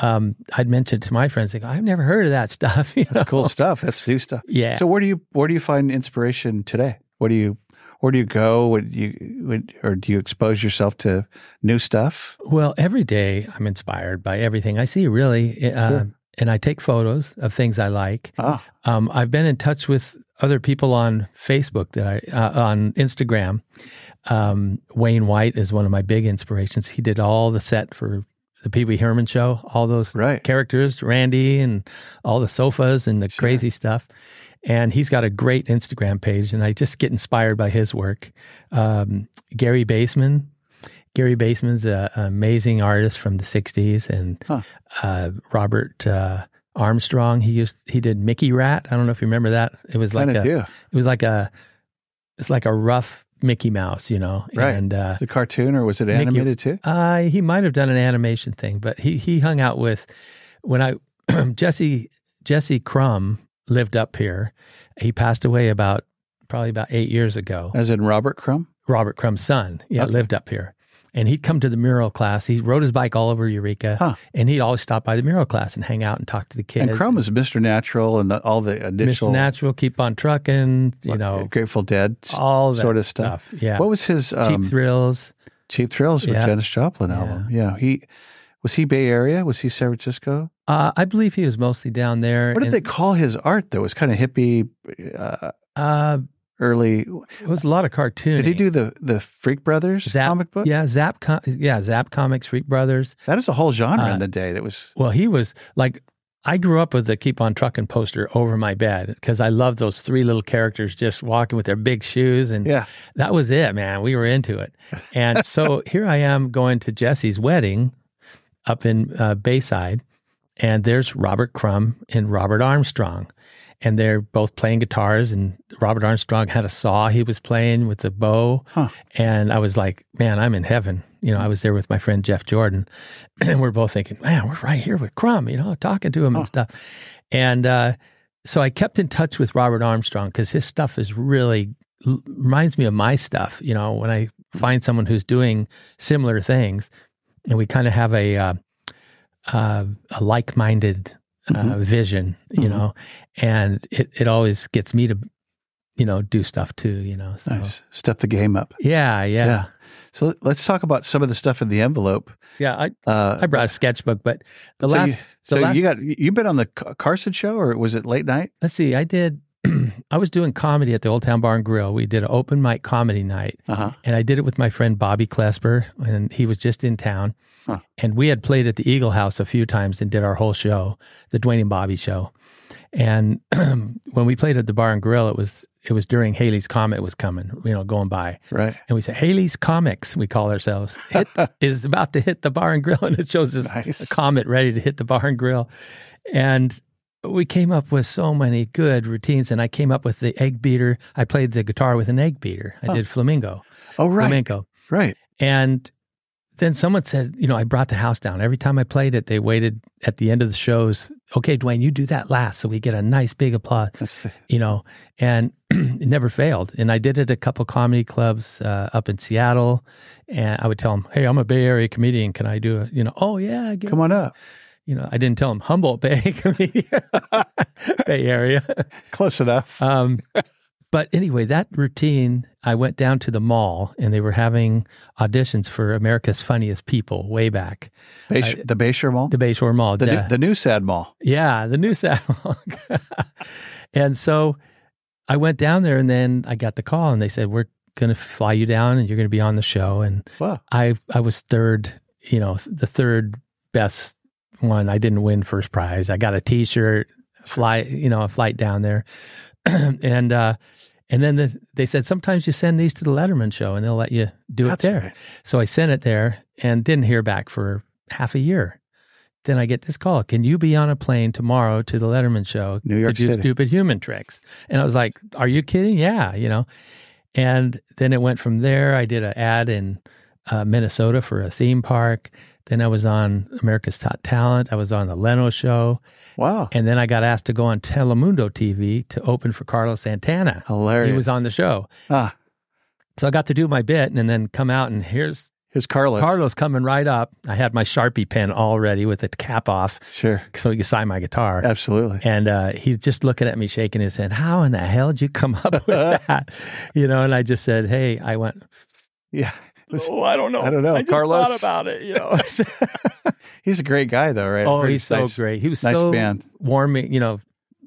um, I'd mentioned to my friends, "They go, I've never heard of that stuff." You know?
That's cool stuff. That's new stuff.
Yeah.
So where do you where do you find inspiration today? What do you where do you go? Would you would, or do you expose yourself to new stuff?
Well, every day I'm inspired by everything I see, really, uh,
Sure.
and I take photos of things I like.
Ah,
Um, I've been in touch with other people on Facebook that I uh, on Instagram. Um, Wayne White is one of my big inspirations. He did all the set for the Pee Wee Herman show, all those
Right.
characters, Randy and all the sofas and the crazy stuff. And he's got a great Instagram page, and I just get inspired by his work. Um, Gary Baseman. Gary Baseman's a- an amazing artist from the '60s, and
Huh.
uh, Robert uh, Armstrong. He used he did Mickey Rat. I don't know if you remember that. It was like
kind of
a,
do.
it was like a it's like a rough Mickey Mouse, you know.
Right.
And uh,
The cartoon or was it
Mickey-
animated too?
uh, he might have done an animation thing, but he he hung out with when I Jesse Jesse Crumb lived up here. He passed away about probably about eight years ago.
As in Robert Crumb?
Robert Crumb's son. Yeah,
Okay.
lived up here. And he'd come to the mural class. He rode his bike all over Eureka,
Huh.
and he'd always stop by the mural class and hang out and talk to the kids.
And Crumb is Mr. Natural and the, all the
Mission
initial
Natural, keep on trucking, you know,
Grateful Dead s-
all that
sort of stuff.
Yeah.
What was his
Cheap
um,
thrills.
Cheap Thrills with
Yeah.
Janis Joplin
Yeah.
album? Yeah. He was he Bay Area? Was he San Francisco?
Uh, I believe he was mostly down there.
What did
and,
they call his art though? It was kind of hippie uh,
Uh,
early.
it was a lot of cartooning.
Did he do the the Freak Brothers
Zap,
comic book?
Yeah, Zap. Com- yeah, Zap Comics, Freak Brothers.
That is a whole genre
Uh,
in the day that was
Well, he was like, I grew up with the Keep on Trucking poster over my bed because I loved those three little characters just walking with their big shoes. And
Yeah.
that was it, man. We were into it. And so here I am going to Jesse's wedding up in uh, Bayside. And there's Robert Crumb and Robert Armstrong. And they're both playing guitars. And Robert Armstrong had a saw he was playing with a bow.
Huh.
And I was like, man, I'm in heaven. You know, I was there with my friend Jeff Jordan. And we're both thinking, man, we're right here with Crumb, you know, talking to him and stuff. And uh, so I kept in touch with Robert Armstrong because his stuff is really l- reminds me of my stuff. You know, when I find someone who's doing similar things, and we kind of have a uh, uh, a like minded uh, vision, you
Mhm.
know, and it it always gets me to you know do stuff too. You know, so
nice. Step the game up.
yeah, yeah, yeah.
So let's talk about some of the stuff in the envelope.
I
Uh,
I brought a sketchbook, but the
so
last
you,
the
so
last-
you got you've been on the Ca- Carson show or was it late night?
let's see, I did. I was doing comedy at the Old Town Bar and Grill. We did an open mic comedy night.
Uh huh.
And I did it with my friend Bobby Klesper, and he was just in town.
Huh.
And we had played at the Eagle House a few times and did our whole show, the Dwayne and Bobby show. And when we played at the Bar and Grill, it was it was during Haley's Comet was coming, you know, going by.
Right.
And we said, Haley's Comics, we call ourselves, hit, is about to hit the bar and grill. And it shows this
Nice.
comet ready to hit the bar and grill. And we came up with so many good routines. And I came up with the egg beater. I played the guitar with an egg beater. I
Oh.
did flamingo,
Oh, right.
flamenco.
Right.
And then someone said, you know, I brought the house down. Every time I played it, they waited at the end of the shows. Okay, Dwayne, you do that last. So we get a nice big applause
That's the
you know, and it never failed. And I did it at a couple comedy clubs uh, up in Seattle, and I would tell them, "Hey, I'm a Bay Area comedian. Can I do it?" You know, "Oh yeah, get,
come on up.
You know, I didn't tell them Humboldt Bay comedian, Bay Area.
Close enough.
Um, but anyway, that routine, I went down to the mall, and they were having auditions for America's Funniest People way back,
Baysh- the Bayshore Mall.
the Bayshore Mall.
The,
Yeah.
new, the new sad mall.
Yeah, the new Saddlehawk. and so I went down there and then I got the call and they said, We're going to fly you down and you're going to be on the show. And
Wow.
I, I was third, you know, the third best one. I didn't win first prize. I got a t shirt, fly, you know, a flight down there. and, uh, and then the, they said, sometimes you send these to the Letterman show and they'll let you do
That's
it there.
right.
So I sent it there and didn't hear back for half a year. Then I get this call. Can you be on a plane tomorrow to the Letterman show
New York
to do
City.
stupid human tricks? And I was like, Are you kidding? Yeah, you know. And then it went from there. I did an ad in uh, Minnesota for a theme park. Then I was on America's Top Talent. I was on the Leno show.
Wow.
And then I got asked to go on Telemundo TV to open for Carlos Santana.
Hilarious.
He was on the show.
Ah,
So I got to do my bit and then come out and here's
here's Carlos.
Carlos coming right up. I had my Sharpie pen already with the cap off
Sure.
so he could sign my guitar.
Absolutely.
And uh, he's just looking at me, shaking his head. How in the hell did you come up with that? You know, and I just said, "Hey," I went.
Yeah. It's-
Oh, I don't know.
I don't know,
I just
Carlos."
thought about it. You know.
He's a great guy, though, right?
oh,
Very
he's so
nice-
great. He was
Nice
so
man.
warming. You know,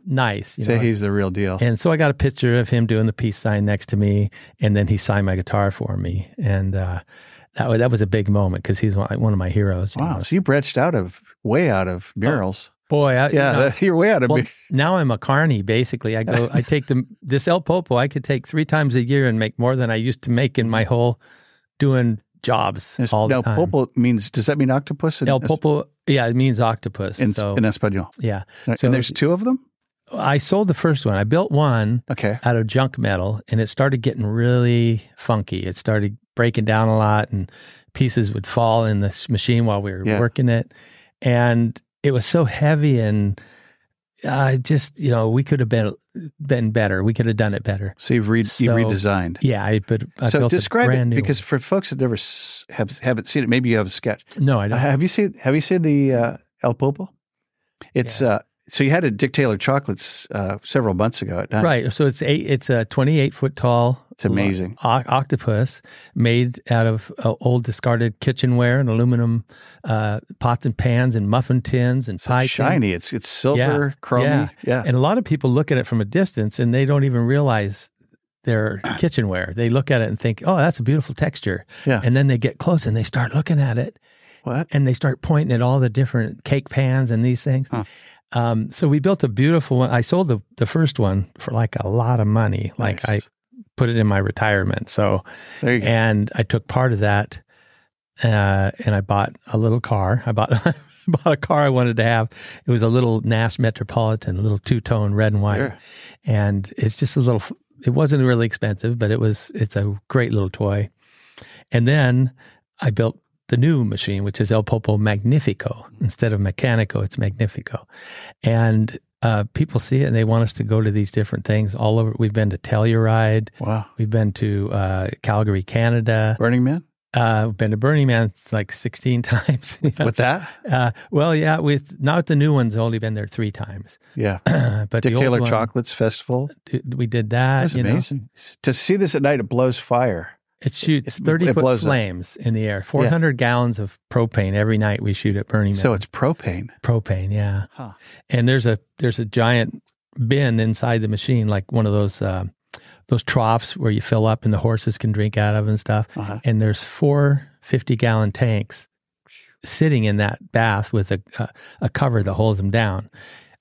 nice. You
Say
know?
he's the real deal.
And so I got a picture of him doing the peace sign next to me, and then he signed my guitar for me, and uh, that was that was a big moment because he's one one of my heroes. you
wow.
know.
So you branched out of, way out of murals.
boy, I, uh, you
yeah.
know,
that- you're way out of
Well,
mur-
now I'm a carny. Basically, I go. I take the this El Popo. I could take three times a year and make more than I used to make in my whole doing jobs
Mm-hmm. It's-
all the
now,
time.
pulpo means, does that mean octopus? In,
El Popo. Yeah, it means octopus.
in,
so
in Espanol.
yeah, So-
and there's two of them?
I sold the first one. I built one
Okay.
out of junk metal, and it started getting really funky. It started breaking down a lot, and pieces would fall in this machine while we were
Yeah.
working it, and it was so heavy and. I just, you know, we could have been been better. We could have done it better.
So you've re- you
So-
redesigned.
Yeah, I but I
so
built
describe
a
it
brand new
because for folks that never s- have haven't seen it, maybe you have a sketch.
no, I
Uh,
don't.
Have you seen Have you seen the uh, El Popo? It's uh, so you had a Dick Taylor chocolates uh, several months ago. At night.
right. So it's eight. It's a twenty-eight foot tall.
It's amazing.
o- octopus made out of uh, old discarded kitchenware and aluminum uh, pots and pans and muffin tins and pie tins.
shiny. It's it's silver, chromy. Yeah,
yeah. And a lot of people look at it from a distance and they don't even realize their kitchenware. They look at it and think, "Oh, that's a beautiful texture,"
yeah.
and then they get close and they start looking at it
what?
and they start pointing at all the different cake pans and these things.
Huh.
Um, so we built a beautiful one. I sold the, the first one for like a lot of money. Like
Nice.
I put it in my retirement. So,
There you go.
and I took part of that uh, and I bought a little car. I bought, bought a car I wanted to have. It was a little Nash Metropolitan, a little two tone red and white.
Sure.
And it's just a little, it wasn't really expensive, but it was, it's a great little toy. And then I built the new machine, which is El Popo Magnifico. Instead of Mechanico, it's Magnifico. And uh, people see it and they want us to go to these different things all over. We've been to Telluride.
Wow.
We've been to uh, Calgary, Canada.
Burning Man
Uh, we've been to Burning Man like 16 times.
with that?
uh, well, yeah, with not the new one's only been there three times.
Yeah.
but the
Dick
old
Taylor
one,
Chocolates Festival.
d- we did that.
That's
you know.
amazing. To see this at night, it blows fire.
It shoots
It- it
30 foot
blows up.
flames in the air, 400 gallons of propane every night we shoot at Burning Man.
So it's propane.
propane, yeah.
Huh.
And there's a there's a giant bin inside the machine, like one of those uh, those troughs where you fill up and the horses can drink out of and stuff.
Uh-huh.
And there's four 50 gallon tanks sitting in that bath with a a, a cover that holds them down.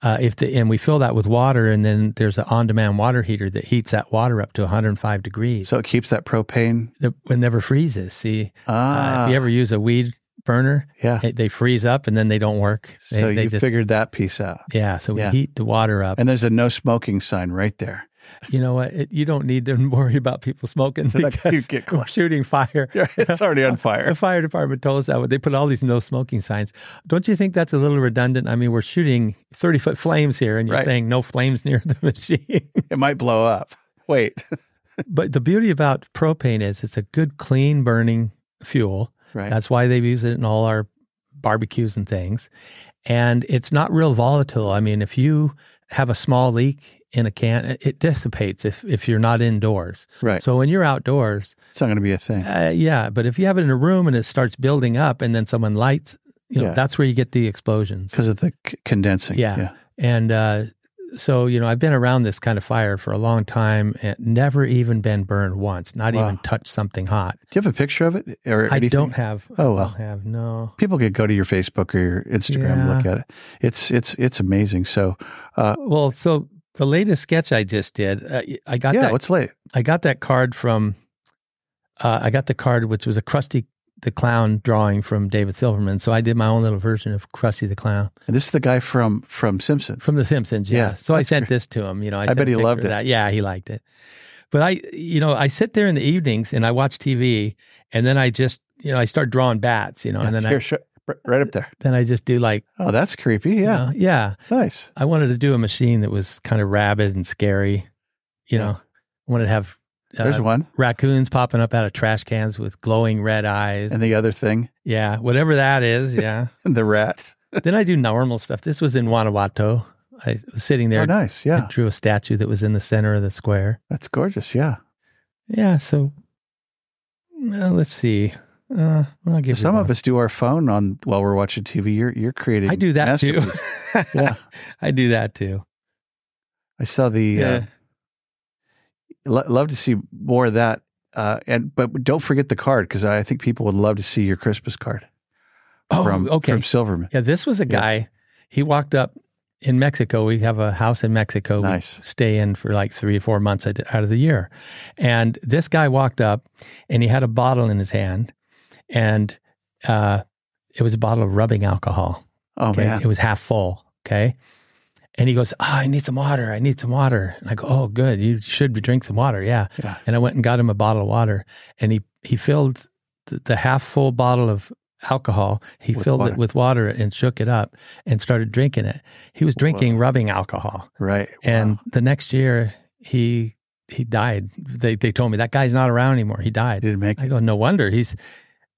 Uh, if the, and we fill that with water, and then there's an on-demand water heater that heats that water up to 105 degrees.
So it keeps that propane.
that it never freezes. See,
Ah,
uh, if you ever use a weed burner,
yeah.
they- they freeze up and then they don't work. They,
so
they
you
just
figured that piece out.
yeah. So we
Yeah.
heat the water up.
And there's a no smoking sign right there.
you know what? It, you don't need to worry about people smoking
Like, you
because
get
we're shooting fire.
it's already on fire.
The fire department told us that they put all these no smoking signs. Don't you think that's a little redundant? I mean, we're shooting thirty foot flames here, and you're
Right.
saying no flames near the machine.
It might blow up. Wait.
but the beauty about propane is it's a good, clean burning fuel.
Right.
That's why they use it in all our barbecues and things. And it's not real volatile. I mean, if you have a small leak in a can, it- it dissipates if, if you're not indoors.
right.
So when you're outdoors,
it's not going to be a thing.
uh, yeah, but if you have it in a room and it starts building up and then someone lights, you know,
Yeah.
that's where you get the explosions.
Because of the c- condensing.
Yeah. And uh, so, you know, I've been around this kind of fire for a long time and never even been burned once, not
Wow.
even touched something hot.
Do you have a picture of it or
I
anything?
don't have,
Oh,
I
well.
don't have, no.
People could go to your Facebook or your Instagram and look at it. It's it's it's amazing. So
Well, so the latest sketch I just did, uh, I got
yeah,
that.
what's late?
I got that card from. Uh, I got the card, which was a Krusty the Clown drawing from David Silverman. So I did my own little version of Krusty the Clown
And this is the guy from from Simpsons.
from The Simpsons. Yeah.
Yeah,
so I
that's
sent this to him. You know, I, sent
bet
a
he
picture
loved
of
it.
That. Yeah, he liked it. But I, you know, I sit there in the evenings and I watch TV, and then I just, you know, I start drawing bats. You know, and then
Here,
I
show- r- right up there.
then I just do like,
Oh, that's creepy.
you
Yeah,
know, yeah.
nice.
I wanted to do a machine that was kind of rabid and scary.
Yeah.
You know, I wanted to have uh,
There's one.
raccoons popping up out of trash cans with glowing red eyes.
And the other thing,
yeah, whatever that is. Yeah.
the Oh, rat.
then I do normal stuff. This was in Guanajuato. I was sitting there.
Oh, nice. Yeah,
I drew a statue that was in the center of the square.
that's gorgeous. Yeah.
Yeah. So well, let's see. Uh, I'll give
Some of us do our phone on while we're watching TV. You're you're creating.
I do that too.
masterpieces. yeah,
I do that too.
I saw the. Uh, lo- love to see more of that. Uh, and but don't forget the card because I think people would love to see your Christmas card
Oh,
from
okay.
from Silverman.
Yeah, this was a
Yeah.
guy. He walked up in Mexico. We have a house in Mexico. We
Nice.
stay in for like three or four months at- out of the year. And this guy walked up and he had a bottle in his hand and uh, it was a bottle of rubbing alcohol.
Oh
Okay.
man,
It was half full. Okay. And he goes, oh, I need some water. I need some water. And I go, Oh, good. You should be- drink some water. Yeah.
Yeah.
And I went and got him a bottle of water and he, he filled the, the half full bottle of alcohol. He
With
filled
water.
it with water and shook it up and started drinking it. He was drinking rubbing alcohol.
right. Oh,
And
Wow.
the next year he, he died. They, they told me that guy's not around anymore. He died.
didn't make
I
it.
go, no wonder he's,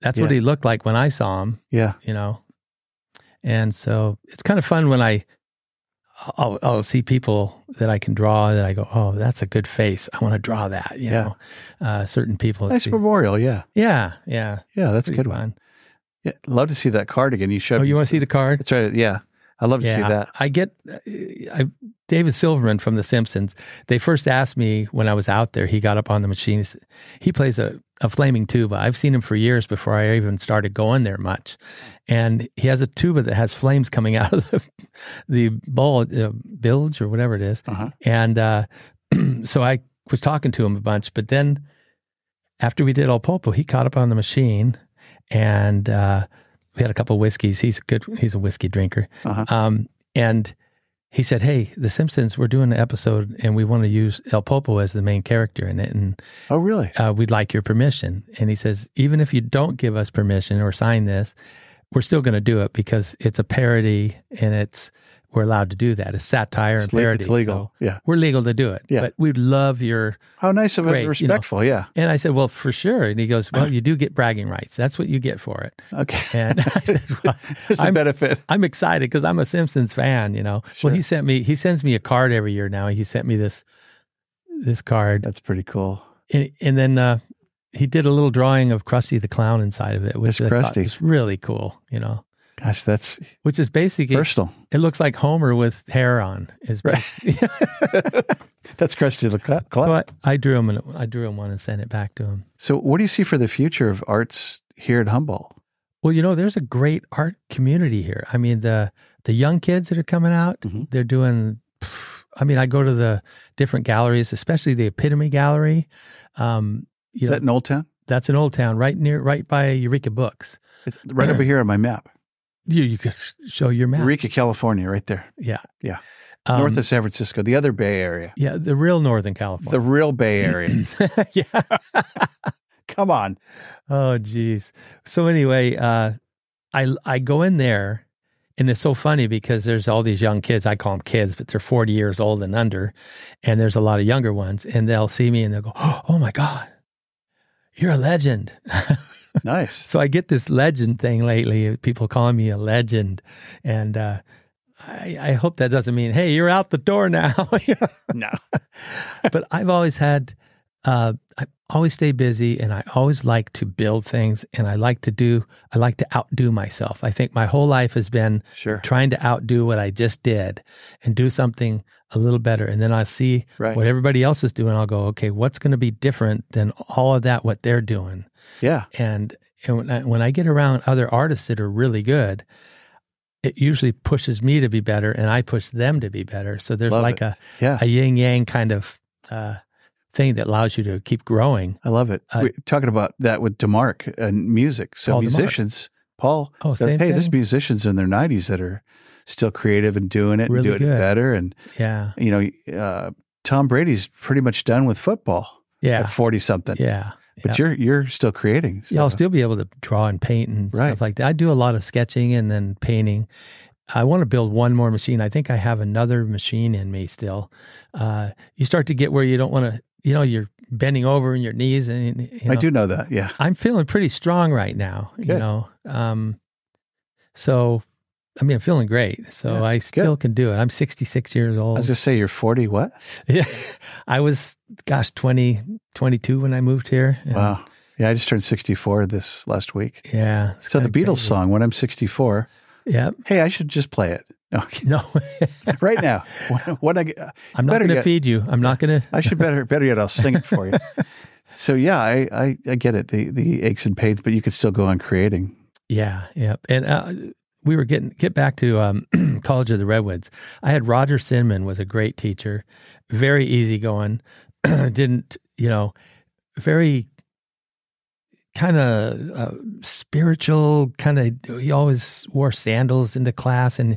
that's what
Yeah.
he looked like when I saw him
Yeah,
you know. And so it's kind of fun when I I'll, I'll see people that I can draw that I go, oh, that's a good face. I want to draw that. You
Yeah.
know, uh, certain people.
nice memorial. Yeah,
yeah, yeah,
yeah, that's a
pretty
good one.
fun.
Yeah, love to see that card again. You showed.
Oh, you want to see the card?
That's right. Yeah, I love to see that.
I get I, David Silverman from The Simpsons. They first asked me when I was out there. He got up on the machine. He s- He plays a, a flaming tuba. I've seen him for years before I even started going there much. And he has a tuba that has flames coming out of the, the bowl, uh, bilge or whatever it is.
Uh-huh.
And uh, so I was talking to him a bunch. But then after we did El Popo, he caught up on the machine and uh, we had a couple whiskeys. He's good. He's a whiskey drinker.
Uh-huh.
Um, and he said, "Hey, The Simpsons, we're doing an episode, and we want to use El Popo as the main character in it, and
Oh, really?
uh, we'd like your permission." And he says, "Even if you don't give us permission or sign this, we're still going to do it because it's a parody, and it's we're allowed to do that. It's satire
It's,
and
le-
parody.
it's legal.
so
Yeah.
we're legal to do it.
Yeah.
But we'd love your."
How nice of it.
Great, you know.
Respectful.
And I said, "Well, for sure." And he goes, "Well, you do get bragging rights. That's what you get for it."
Yeah. Okay.
And I said, "Well,
There's a
I'm-
benefit.
I'm excited because I'm a Simpsons fan, you know.
Sure.
Well, he sent me he sends me a card every year now. He sent me this this card,
That's pretty cool.
and, and then uh, he did a little drawing of Krusty the Clown inside of it, which
There's
I thought
Krusty.
was really cool, you know.
Gosh, that's
Which is basically
personal.
it looks like Homer with hair on. Is
Right.
basi-
That's Krusty the Cl- Clown.
so I, I drew him and I drew him one and sent it back to him.
So, what do you see for the future of arts here at Humboldt?
Well, you know, there's a great art community here. I mean, the the young kids that are coming out,
Mhm.
they're doing. pff, I mean, I go to the different galleries, especially the Epitome Gallery. Um, you
Is
know,
that in Old Town?
that's in Old Town, right near, right by Eureka Books.
It's right over here on my map.
You you could show your map.
Eureka, California, right there,
Yeah,
Yeah.
Um,
north of San Francisco, the other Bay Area,
yeah, the real Northern
the
California.
real Bay Area.
yeah.
Come on.
Oh, geez. So anyway, uh, I I go in there, and it's so funny because there's all these young kids. I call them kids, but they're 40 years old and under, and there's a lot of younger ones, and they'll see me and they'll go, "Oh my God, you're a legend."
Nice.
so I get this legend thing lately. People calling me a legend, and uh, I, I hope that doesn't mean, "Hey, you're out the door now."
no.
but I've always had, uh, I always stay busy and I always like to build things and I like to do, I like to outdo myself. I think my whole life has been
Sure.
trying to outdo what I just did and do something a little better. And then I see
Right.
what everybody else is doing. I'll go, okay, what's going to be different than all of that, what they're doing?
Yeah.
And, and when, I, when I get around other artists that are really good, it usually pushes me to be better and I push them to be better. So there's
Love it.
like a,
Yeah.
a yin yang kind of uh, thing that allows you to keep growing.
I love it.
Uh,
We're talking about that with DeMarc and music. So
Paul DeMarc.
musicians, Paul,
Oh,
says,
same
hey, there's
thing.
musicians in their 90s that are still creative and doing it
Really
and doing it
good.
better. And,
Yeah,
you know, uh, Tom Brady's pretty much done with football
yeah,
at 40 something,
yeah.
but you're, you're still creating.
Yeah, I'll
so-
still be able to draw and paint and
Right.
stuff like that. I do a lot of sketching and then painting. I want to build one more machine. I think I have another machine in me still. Uh, you start to get where you don't want to, you know, you're bending over in your knees and you know,
I do know that. Yeah.
I'm feeling pretty strong right now, you
Good.
know. Um, so I mean, I'm feeling great. So
Yeah,
I still can do it. I'm 66 years
I
old.
was going to say, you're 40, what?
Yeah. I was, gosh, 20, 22 when I moved here. And,
Wow. Yeah. I just turned 64 this last week.
Yeah. it's
So the
kinda
Beatles
crazy.
song, When I'm 64,
Yep.
hey, I should just play it. Okay.
No,
right now. When, when I get,
I'm not
Better
going to
get-
feed you. I'm not going to.
I should better better yet I'll sing it for you. So yeah, I, I, I get it the the aches and pains, but you could still go on creating.
Yeah. Yep. And uh, we were getting, get back to um, College of the Redwoods. I had Roger Sinman was a great teacher, very easygoing, didn't, you know, very kind of uh, spiritual, kind of, he always wore sandals into class and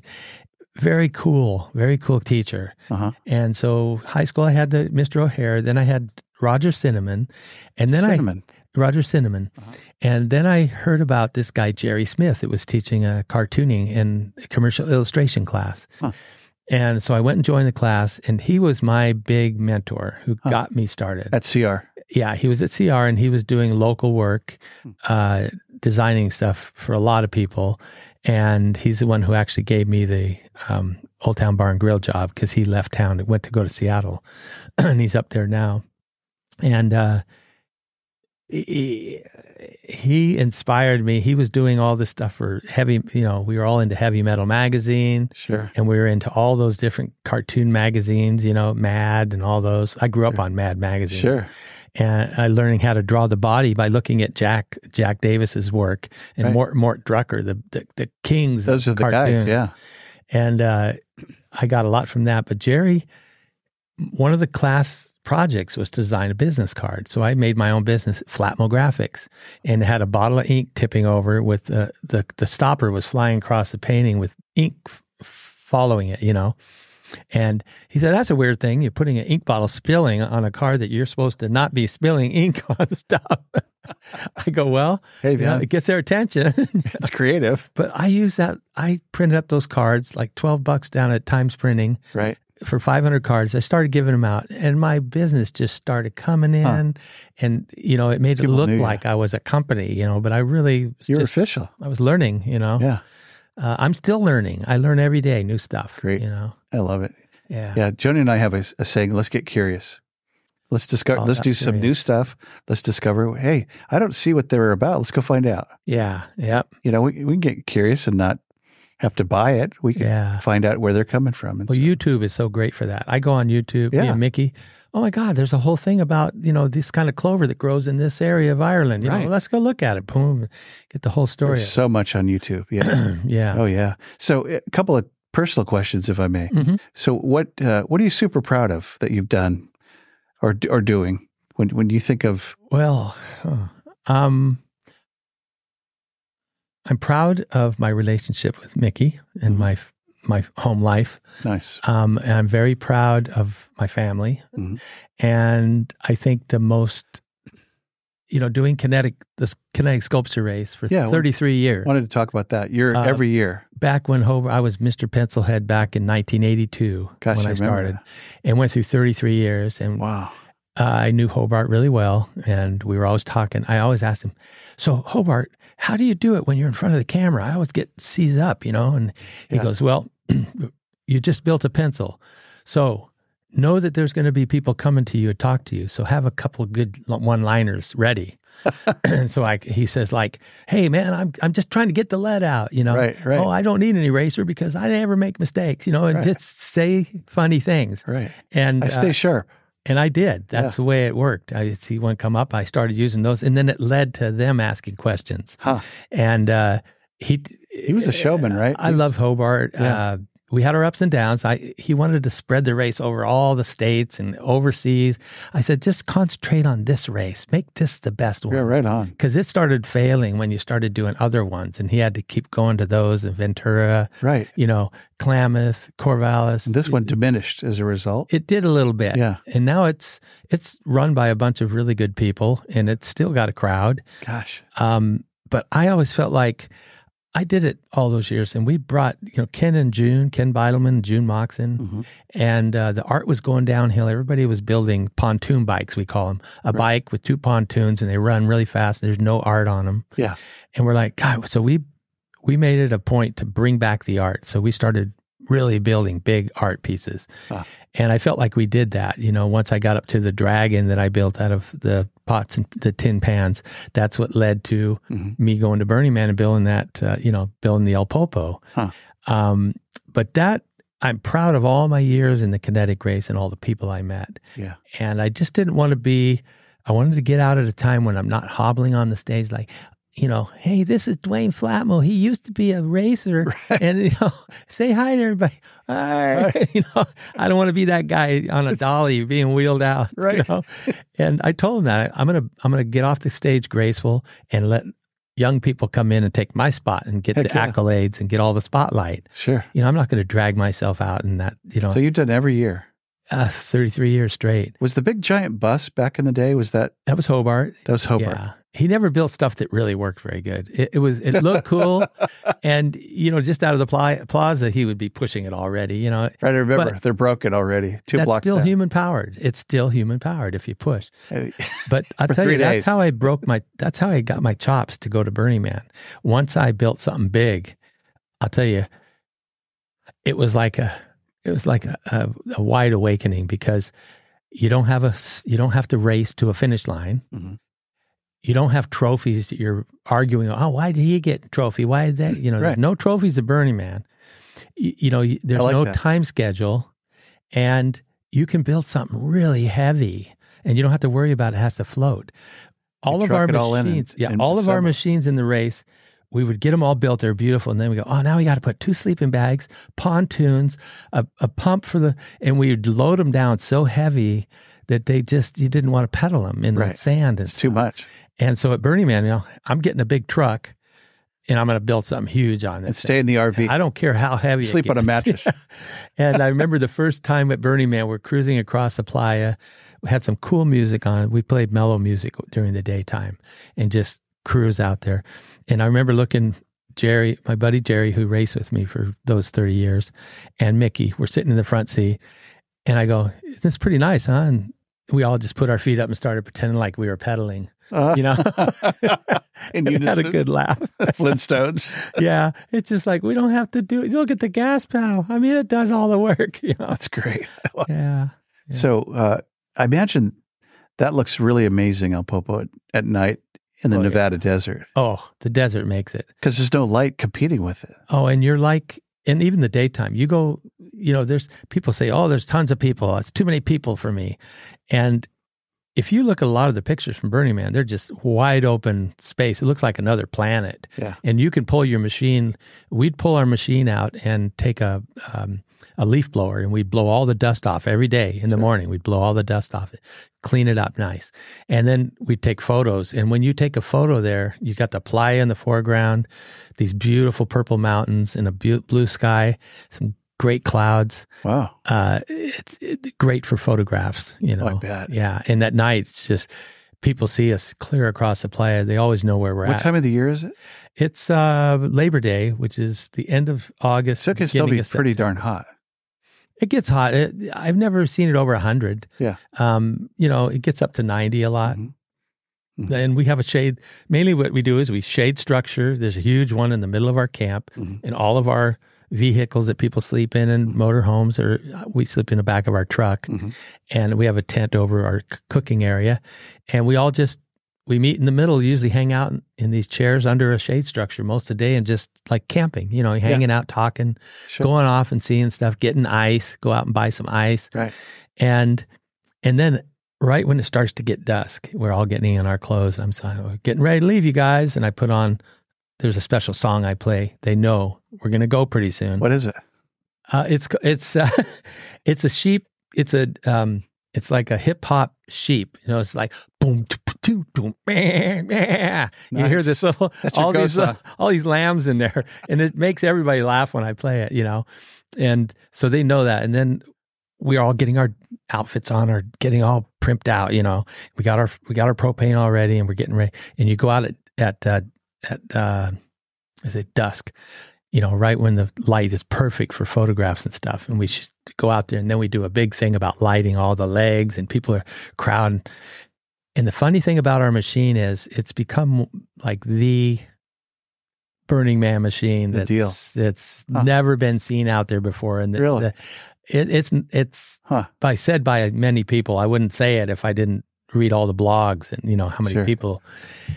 very cool, very cool teacher.
Uh huh.
And so high school, I had the Mr. O'Hare. Then I had Roger Cinnamon, and then
cinnamon.
I Roger Cinnamon, and then I heard about this guy Jerry Smith that was teaching a cartooning and commercial illustration class.
Huh.
And so I went and joined the class, and he was my big mentor who got me started.
at CR.
Yeah, he was at CR and he was doing local work, uh, designing stuff for a lot of people. And he's the one who actually gave me the um, Old Town Bar and Grill job because he left town and went to go to Seattle. and he's up there now. And uh, he, he inspired me. He was doing all this stuff for heavy, you know, we were all into Heavy Metal Magazine
Sure.
and we were into all those different cartoon magazines, you know, Mad and all those. I grew up on Mad Magazine
Sure.
and I learning how to draw the body by looking at Jack Jack Davis's work and
Right.
Mort Mort Drucker, the the, the kings.
Those are
of
the guys.
cartoon.
Yeah.
and uh, I got a lot from that. But Jerry, one of the class projects was to design a business card, so I made my own business, Flatmo Graphics, and had a bottle of ink tipping over with uh, the the stopper was flying across the painting with ink f- following it, you know. And he said, That's a weird thing. You're putting an ink bottle spilling on a card that you're supposed to not be spilling ink on stuff. I go, Well,
Hey
you know,
man,
it gets their attention.
it's creative,
but I use that. I printed up those cards like 12 bucks down at Times Printing
right?
for 500 cards. I started giving them out and my business just started coming in. And, you know, it made
People
it look
knew you.
like I was a company, you know, but I really was
You're
just, Oh.
official.
I was learning, you know.
Yeah.
Uh, I'm still learning. I learn every day new stuff.
Great.
You know,
I love it.
yeah.
Yeah. Joni and I have a, a saying. Let's get curious. Let's discover.
All
let's do
about
some new
curious.
stuff. Let's discover. Hey, I don't see what they were about. Let's go find out.
Yeah. Yep.
You know, we, we can get curious and not have to buy it. We can
Yeah.
find out where they're coming from. And
Well,
so-
YouTube is so great for that. I go on YouTube, me
Yeah.
and Mickey. Oh my God, there's a whole thing about, you know, this kind of clover that grows in this area of Ireland. You
Right.
know, let's go look at it. Boom. Get the whole story.
there's so much on YouTube. Yeah.
yeah.
Oh yeah. So a couple of personal questions, if I may.
Mhm.
So, what uh, what are you super proud of that you've done or or doing when when you think of
Well, huh. um, I'm proud of my relationship with Mickey and my f
Mm-hmm.
my my home life.
nice?
Um, and I'm very proud of my family.
Mhm.
And I think the most, you know, doing kinetic this kinetic sculpture race for
Yeah, well-
33 years.
Wanted to talk about that. You're
Uh,
every year.
back when Hover, I was Mr. Pencilhead back in 1982
Gosh,
when
I
I
remember
started,
that.
and went through 33 years. And
Wow.
uh, I knew Hobart really well, and we were always talking. I always asked him, "So Hobart, how do you do it when you're in front of the camera?" I always get seized up, you know. And he
Yeah.
goes, "Well, you just built a pencil, so know that there's going to be people coming to you to talk to you. So have a couple of good one-liners ready." and so I, he says, like, "Hey man, I'm I'm just trying to get the lead out, you know.
Right, right.
Oh, I don't need an eraser because I never make mistakes, you know, and
Right.
just say funny things."
Right.
And
I
uh,
stay sharp.
and I did. That's
Yeah.
the way it worked. I would see one come up. I started using those, and then it led to them asking questions.
Huh.
And uh, he
He was a showman, right?
I love Hobart.
Yeah.
Uh, we had our ups and downs. I he wanted to spread the race over all the states and overseas. I said, just concentrate on this race. Make this the best
Yeah,
one.
right on.
Because it started failing when you started doing other ones, and he had to keep going to those in Ventura,
Right.
you know, Klamath, Corvallis.
And this one diminished as a result.
It did a little bit.
Yeah.
And now it's it's run by a bunch of really good people and it's still got a crowd.
Gosh.
Um, but I always felt like I did it all those years and we brought, you know, Ken and June, Ken Beidelman, June Moxon,
Mhm.
and uh, the art was going downhill. Everybody was building pontoon bikes, we call them, a bike with two pontoons and they run really fast. There's no art on them.
Yeah.
And we're like, God, so we we made it a point to bring back the art. So we started really building big art pieces.
Ah.
And I felt like we did that. You know, once I got up to the dragon that I built out of the pots and the tin pans, that's what led to
Mhm.
me going to Burning Man and building that, uh, you know, building the El Popo.
Huh.
Um, but that, I'm proud of all my years in the kinetic race and all the people I met.
Yeah.
And I just didn't want to be, I wanted to get out at a time when I'm not hobbling on the stage like, you know, hey, this is Dwayne Flatmo. He used to be a racer, and you know, say hi to everybody. All right, you know, I don't want to be that guy on a dolly being wheeled out, you
Right.
know? And I told him that I'm gonna, I'm gonna get off the stage graceful and let young people come in and take my spot and get
Heck
the
yeah.
accolades and get all the spotlight.
Sure.
You know, I'm not gonna drag myself out in that. You know,
So you've done every year.
uh, 33 years straight.
Was the big giant bus back in the day? Was that
That was Hobart.
that was Hobart?
Yeah. He never built stuff that really worked very good. It, it was it looked cool, and you know, just out of the pli- plaza, he would be pushing it already. You know,
Right. I remember
But-
they're broken already. Two
that's
blocks
still
down.
human powered. It's still human powered if you push.
Uh,
But I
For
tell you,
three
that's
days.
how I broke my. That's how I got my chops to go to Burning Man. Once I built something big, I'll tell you, it was like a, it was like a, a, a wide awakening because you don't have a, s- you don't have to race to a finish line.
Mhm.
You don't have trophies that you're arguing. Oh, why did he get trophy? Why did that? You know,
Right.
no trophies at Burning Man. You, you know, you- there's
like
no
that.
time schedule, and you can build something really heavy and you don't have to worry about it, it has to float. All of
truck
our
it all in and-
machines, yeah,
and
all of our
assemble.
machines in the race, we would get them all built. They're beautiful, and then we go, oh, now we got to put two sleeping bags, pontoons, a, a pump for the, and we would load them down so heavy that they just you didn't want to pedal them in the
Right.
sand. And
it's too much.
And so at Burning Man, you know, I'm getting a big truck, and I'm going to build something huge on
And
this.
stay in the RV.
I don't care how heavy. it
Sleep on a
gets.
mattress.
And I remember the first time at Burning Man, we're cruising across the playa. We had some cool music on. We played mellow music during the daytime and just cruise out there. And I remember looking Jerry, my buddy Jerry, who raced with me for those 30 years, and Mickey, we're sitting in the front seat. And I go, this is pretty nice, huh? And we all just put our feet up and started pretending like we were pedaling,
Uh,
you know,
in
and had a
unison.
good laugh.
Flintstones.
yeah. It's just like, we don't have to do it. Look at the gas pedal. I mean, it does all the work, you know?
That's great.
Yeah. Yeah.
So uh, I imagine that looks really amazing, El Popo, at, at night in the
Oh, yeah.
Nevada desert
Oh, the desert makes it.
because there's no light competing with it.
Oh, and you're like, and even the daytime, you go, you know, there's people say, oh, there's tons of people. It's too many people for me. And if you look at a lot of the pictures from Burning Man, they're just wide open space. It looks like another planet.
Yeah.
And you can pull your machine. We'd pull our machine out and take a um, a leaf blower and we'd blow all the dust off every day in the morning. We'd blow all the dust off it, clean it up nice. And then we'd take photos. And when you take a photo there, you got the playa in the foreground, these beautiful purple mountains and a bu- blue sky, some great clouds
Wow.
uh, it's it, great for photographs, you know.
Oh, I bet.
Yeah. And at night, it's just people see us clear across the playa. They always know where we're
What
at.
time of the year is it?
It's uh, Labor Day, which is the end of August.
So it can still
beginning
be
of Sep-
pretty darn hot.
It gets hot. It, I've never seen it over 100.
Yeah.
Um, you know, it gets up to 90 a lot.
Mhm. Mhm.
And we have a shade. Mainly what we do is we shade structure. There's a huge one in the middle of our camp,
Mhm.
and all of our vehicles that people sleep in and motor homes, or uh, we sleep in the back of our truck.
Mhm.
And we have a tent over our c- cooking area. And we all just, we meet in the middle, usually hang out in, in these chairs under a shade structure most of the day and just like camping, you know, hanging out, talking,
Sure.
going off and seeing stuff, getting ice, go out and buy some ice.
Right.
And and then right when it starts to get dusk, we're all getting in our clothes. I'm sorry, we're getting ready to leave you guys. And I put on there's a special song I play. They know we're gonna go pretty soon.
What is it?
Uh, it's it's uh, it's a sheep. It's a um, it's like a hip hop sheep. You know, it's like boom, t- p- toot, boom, man, man. You hear
Nice.
this little
That's your
all
go
these uh,
song.
all these lambs in there, and it makes everybody laugh when I play it. You know, and so they know that, and then we're all getting our outfits on or getting all primped out. You know, we got our we got our propane already, and we're getting ready. And you go out at at uh, at uh, is it dusk? You know, right when the light is perfect for photographs and stuff, and we sh- go out there, and then we do a big thing about lighting all the legs, and people are crowding. And the funny thing about our machine is, it's become like the Burning Man machine.
The
that's,
deal.
That's
Huh.
never been seen out there before, and it's
Really?
the- it, it's it's
Huh.
by said by many people. I wouldn't say it if I didn't read all the blogs and you know how many
Sure.
people.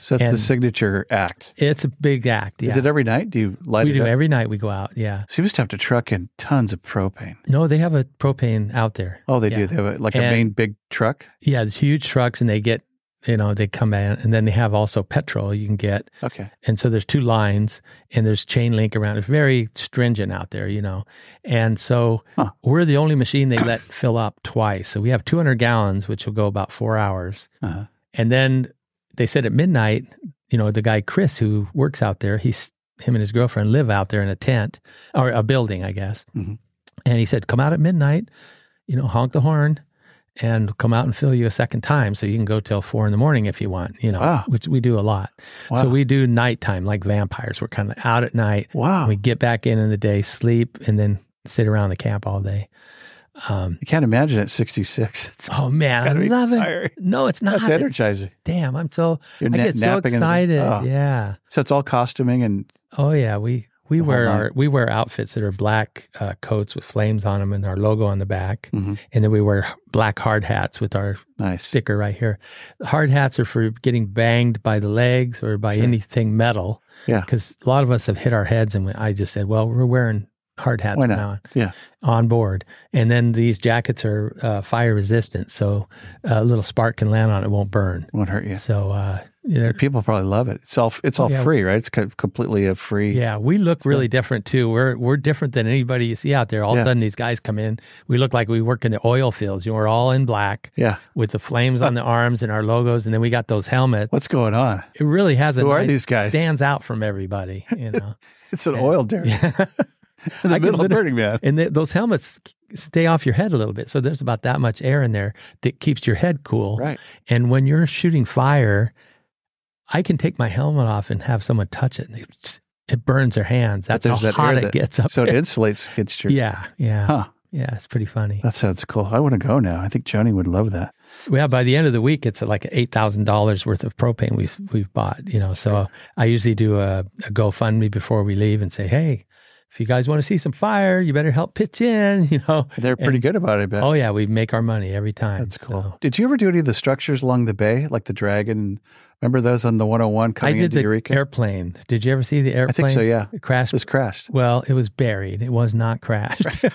So it's the
And-
signature act.
It's a big act. Yeah.
Is it every night? Do you light
we
it
do
up?
every night we go out. Yeah.
so you must have to truck in tons of propane.
No, they have a propane out there.
Oh, they
Yeah.
do. They have a, like a
And-
main big truck.
Yeah, it's huge trucks and they get you know, they come in and then they have also petrol you can get.
Okay.
And so there's two lines and there's chain link around. It's very stringent out there, you know. And so
Huh.
we're the only machine they let fill up twice. So we have 200 gallons, which will go about four hours.
Uh-huh.
And then they said at midnight, you know, the guy Chris who works out there, he's him and his girlfriend live out there in a tent or a building, I guess.
Mhm.
And he said, "Come out at midnight, you know, honk the horn, and come out and fill you a second time, so you can go till four in the morning if you want." You know,
Wow.
which we do a lot.
Wow.
So we do nighttime like vampires. We're kind of out at night.
wow.
We get back in in the day, sleep, and then sit around the camp all day. Um,
I can't imagine at 66. It's
oh man, I
gotta be
love
tiring.
it. No, it's not.
That's
It's-
energizing.
damn, I'm so
You're
I
na-
get so
napping in the-
excited.
Oh.
Yeah.
So it's all costuming and
Oh yeah. We we
The whole
wear
nine.
our we wear outfits that are black uh, coats with flames on them and our logo on the back,
Mhm.
and then we wear black hard hats with our
nice.
sticker right here. Hard hats are for getting banged by the legs or by
Sure.
anything metal.
Yeah.
Because a lot of us have hit our heads, and we, I just said, well, we're wearing hard hats
Why
from
not?
now on.
Yeah.
On board, and then these jackets are uh, fire resistant, so a little spark can land on it, it won't burn.
Won't hurt you.
So uh, they're-
People probably love it. It's all it's all
Yeah.
free, right? It's co- completely a free.
Yeah, we look really different too. We're we're different than anybody you see out there. All
Yeah.
of a sudden, these guys come in. We look like we work in the oil fields. You know, we're all in black
Yeah.
with the flames on the arms and our logos, and then we got those helmets.
What's going on?
It really has a
Who are
nice-
these guys?
Stands out from everybody. You know,
It's an oil derrick
yeah.
in the
I can
middle of
literally-
Burning Man.
and th- those helmets stay off your head a little bit. So there's about that much air in there that keeps your head cool.
Right.
And when you're shooting fire, I can take my helmet off and have someone touch it. And it, it burns their hands.
But
That's how
there's that
hot
air
it
that-
gets up
So it
there.
insulates against your.
Yeah, yeah,
Huh.
yeah. It's pretty funny.
That sounds cool. I want to go now. I think Joni would love that.
Well, by the end of the week, it's like eight thousand dollars worth of propane we we've bought. You know, so I usually do a, a GoFundMe before we leave and say, hey, if you guys want to see some fire, you better help pitch in. You know.
They're pretty good about it, I bet.
Oh yeah, we make our money every time.
That's cool.
so.
Did you ever do any of the structures along the bay, like the Dragon? Remember those on the 101
I
coming
did
into
the
Eureka?
airplane. Did you ever see the airplane?
so, yeah.
It
It
crashed.
was crashed.
well, it was buried. It was not crashed.
It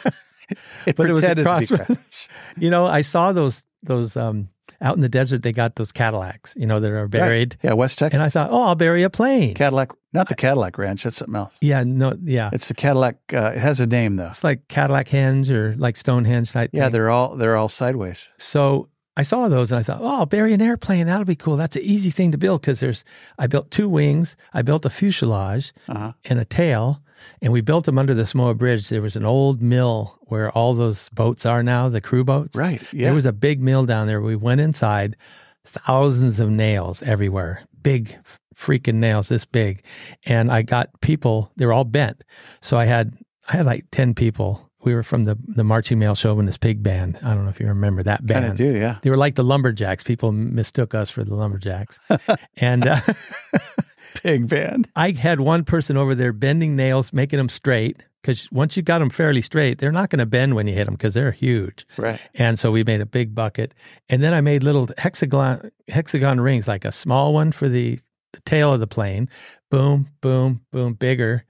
But it was
pretended to be
across-
crashed.
you know, I saw those those um out in the desert, they got those Cadillacs, you know, that are buried.
Yeah, West Texas.
And I thought, oh, I'll bury a plane.
Cadillac, not the Cadillac Ranch. That's something else.
yeah, no, yeah.
It's the Cadillac. Uh, it has a name though.
It's like Cadillac Henge or like Stonehenge type.
Yeah,
thing.
they're all they're all sideways.
So I saw those and I thought, oh, I'll bury an airplane. That'll be cool. That's an easy thing to build because there's, I built two wings, I built a fuselage
Uh-huh.
and a tail, and we built them under the Samoa Bridge. There was an old mill where all those boats are now, the crew boats.
Right. Yeah.
There was a big mill down there. We went inside, thousands of nails everywhere, big f- freaking nails this big. And I got people, they were all bent. So I had I had like 10 people. We were from the the marching male chauvinist pig band. I don't know if you remember that
kind
band.
of do. Yeah.
They were like the lumberjacks. People mistook us for the lumberjacks. and uh,
Pig band.
I had one person over there bending nails, making them straight. Because once you got them fairly straight, they're not going to bend when you hit them because they're huge.
Right.
And so we made a big bucket. And then I made little hexagon hexagon rings, like a small one for the, the tail of the plane. Boom, boom, boom, bigger.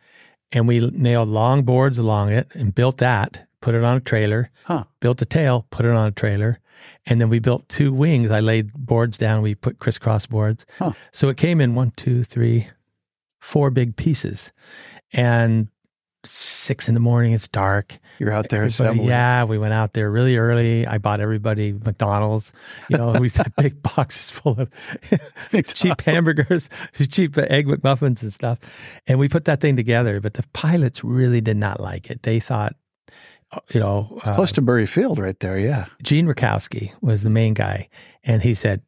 And we nailed long boards along it and built that, put it on a trailer,
Huh.
built the tail, put it on a trailer. And then we built two wings. I laid boards down. We put crisscross boards.
Huh.
So it came in one, two, three, four big pieces. And six in the morning, it's dark.
You're out there
Everybody-
assembling.
yeah, we went out there really early. I bought everybody McDonald's. You know, we had big boxes full of cheap hamburgers, cheap egg McMuffins and stuff. And we put that thing together. But the pilots really did not like it. They thought, you know, uh,
It's close to Bury Field, right there. Yeah.
Gene Rakowski was the main guy, and he said,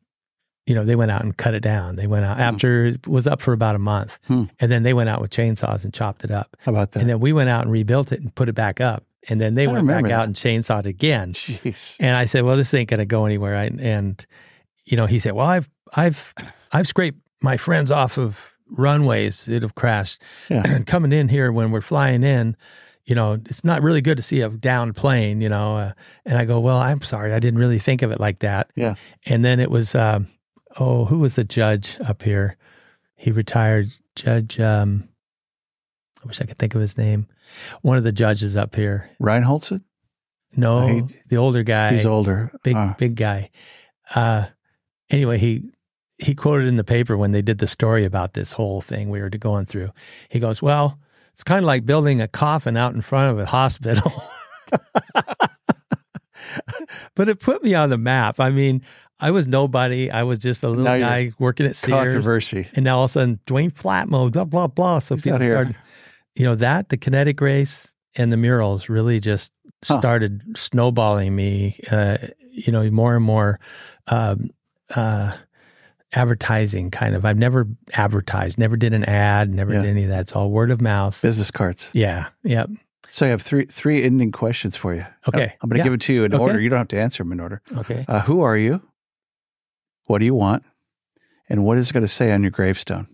you know, they went out and cut it down. They went out after it was up for about a month,
Hmm.
and then they went out with chainsaws and chopped it up.
How about that?
And then we went out and rebuilt it and put it back up, and then they
I
went back
remember that.
out and chainsawed again.
Jeez.
And I said, well, this ain't going to go anywhere. I, and you know, he said, well, I've I've I've scraped my friends off of runways that have crashed,
Yeah.
and coming in here when we're flying in, you know, it's not really good to see a downed plane, you know. Uh, and I go, well, I'm sorry, I didn't really think of it like that.
Yeah.
And then it was, um, oh, who was the judge up here? He retired judge. Um, I wish I could think of his name. One of the judges up here.
Reinholdson.
No,
Right.
the older guy
He's older.
big
Uh,
big guy. Uh, anyway, he he quoted in the paper when they did the story about this whole thing we were going through. He goes, "Well, it's kind of like building a coffin out in front of a hospital." but it put me on the map. I mean, I was nobody. I was just a little
Now you're
guy working at Sears,
controversy.
and now all of a sudden, Dwayne Flatmo, blah blah blah. So
He's
people
out here.
started, you know, that the kinetic race and the murals really just
Huh.
started snowballing me. Uh, you know, more and more um, uh, advertising kind of. I've never advertised, never did an ad, never
Yeah.
did any of that. It's all word of mouth.
Business cards.
Yeah, yeah.
So I have three three ending questions for you.
Okay.
I'm going to
Yeah.
give it to you in
Okay.
order. You don't have to answer them in order.
Okay.
Uh, who are you? What do you want? And what is it going to say on your gravestone?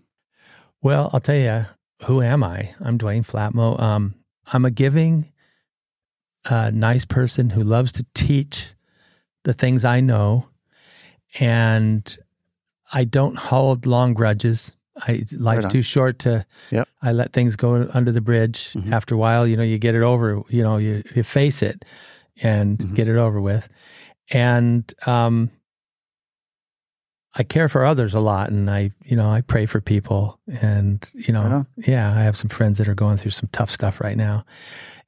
Well, I'll tell you, who am I? I'm Dwayne Flatmo. Um, I'm a giving, uh, nice person who loves to teach the things I know. And I don't hold long grudges. I life's
on.
too short to.
Yep.
I let things go under the bridge.
Mhm.
After a while, you know, you get it over. You know, you, you face it and
Mhm.
get it over with. And um, I care for others a lot, and I, you know, I pray for people, and you know,
Right on.
yeah, I have some friends that are going through some tough stuff right now.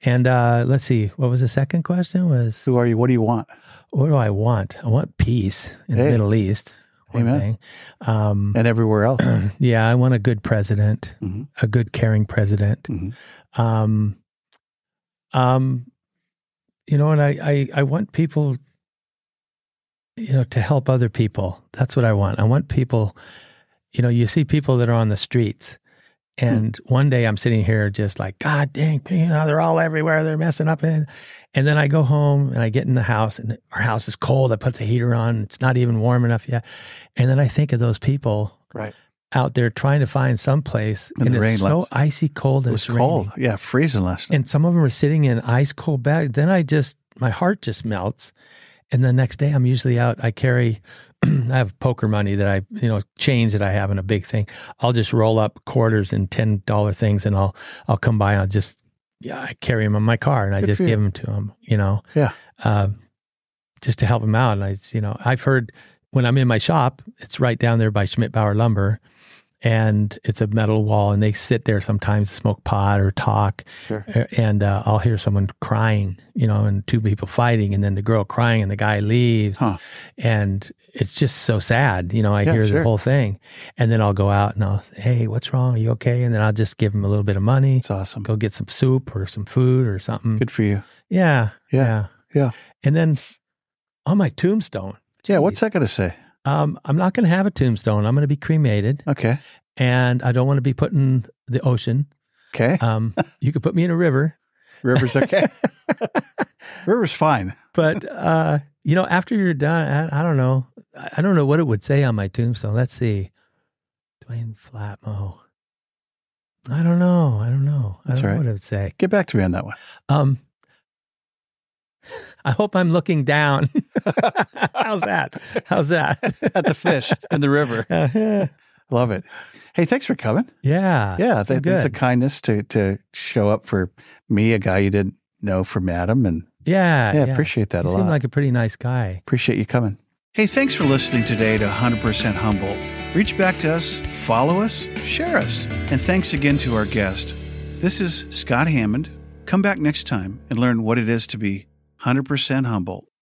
And uh, let's see, what was the second question? Was
Who are you? What do you want?
what do I want? I want peace in
Hey.
the Middle East. One
Amen.
thing. Um,
And everywhere else.
yeah, I want a good president,
Mhm.
a good caring president.
Mhm.
Um, um, you know, and I, I, I want people, you know, to help other people. That's what I want. I want people, you know, you see people that are on the streets. And one day I'm sitting here just like, God dang, you know, they're all everywhere. They're messing up. And, and then I go home and I get in the house and our house is cold. I put the heater on. It's not even warm enough yet. And then I think of those people
Right.
out there trying to find some place
And
and
the rain
it's so
left.
icy cold
It
and
was
it's
cold.
raining.
Yeah, freezing last night.
and some of them are sitting in ice cold bags then i just my heart just melts and the next day i'm usually out i carry i have poker money that i you know change that i have in a big thing i'll just roll up quarters and ten dollar things and i'll i'll come by and i'll just yeah i carry them in my car and i
Good
just
for you.
give them to them you know
Yeah.
uh, just to help them out and i you know i've heard when I'm in my shop, it's right down there by Schmidt Bauer Lumber, and it's a metal wall, and they sit there sometimes, smoke pot or talk,
Sure.
a- and uh, I'll hear someone crying, you know, and two people fighting, and then the girl crying, and the guy leaves,
Huh.
and it's just so sad, you know. I
Yeah,
hear
sure.
the whole thing, and then I'll go out and I'll say, "Hey, what's wrong? Are you okay?" And then I'll just give them a little bit of money,
It's awesome.
go get some soup or some food or something.
Good for you.
Yeah,
Yeah, yeah.
And then on my tombstone,
Yeah, what's that going to say?
um, I'm not going to have a tombstone. I'm going to be cremated,
Okay.
and I don't want to be put in the ocean.
Okay.
Um, you could put me in a river,
River's okay. River's fine.
but uh, you know, after you're done, I, I don't know. I I don't know what it would say on my tombstone. Let's see, Dwayne Flatmo. I don't know. I don't know. I
That's
don't
all
know
right.
what it would say.
Get back to me on that one.
Um, I hope I'm looking down. How's that? How's that?
At the fish in the river.
yeah.
Love it. Hey, thanks for coming.
Yeah.
Yeah, th- it's a
Uh, good.
kindness to to show up for me, a guy you didn't know from Adam, and
Uh, Yeah.
yeah, appreciate that
You
a
seem
lot.
like a pretty nice guy.
appreciate you coming. Hey, thanks for listening today to 100% Humble. Reach back to us, follow us, share us, and thanks again to our guest. This is Scott Hammond. Come back next time and learn what it is to be 100% humble.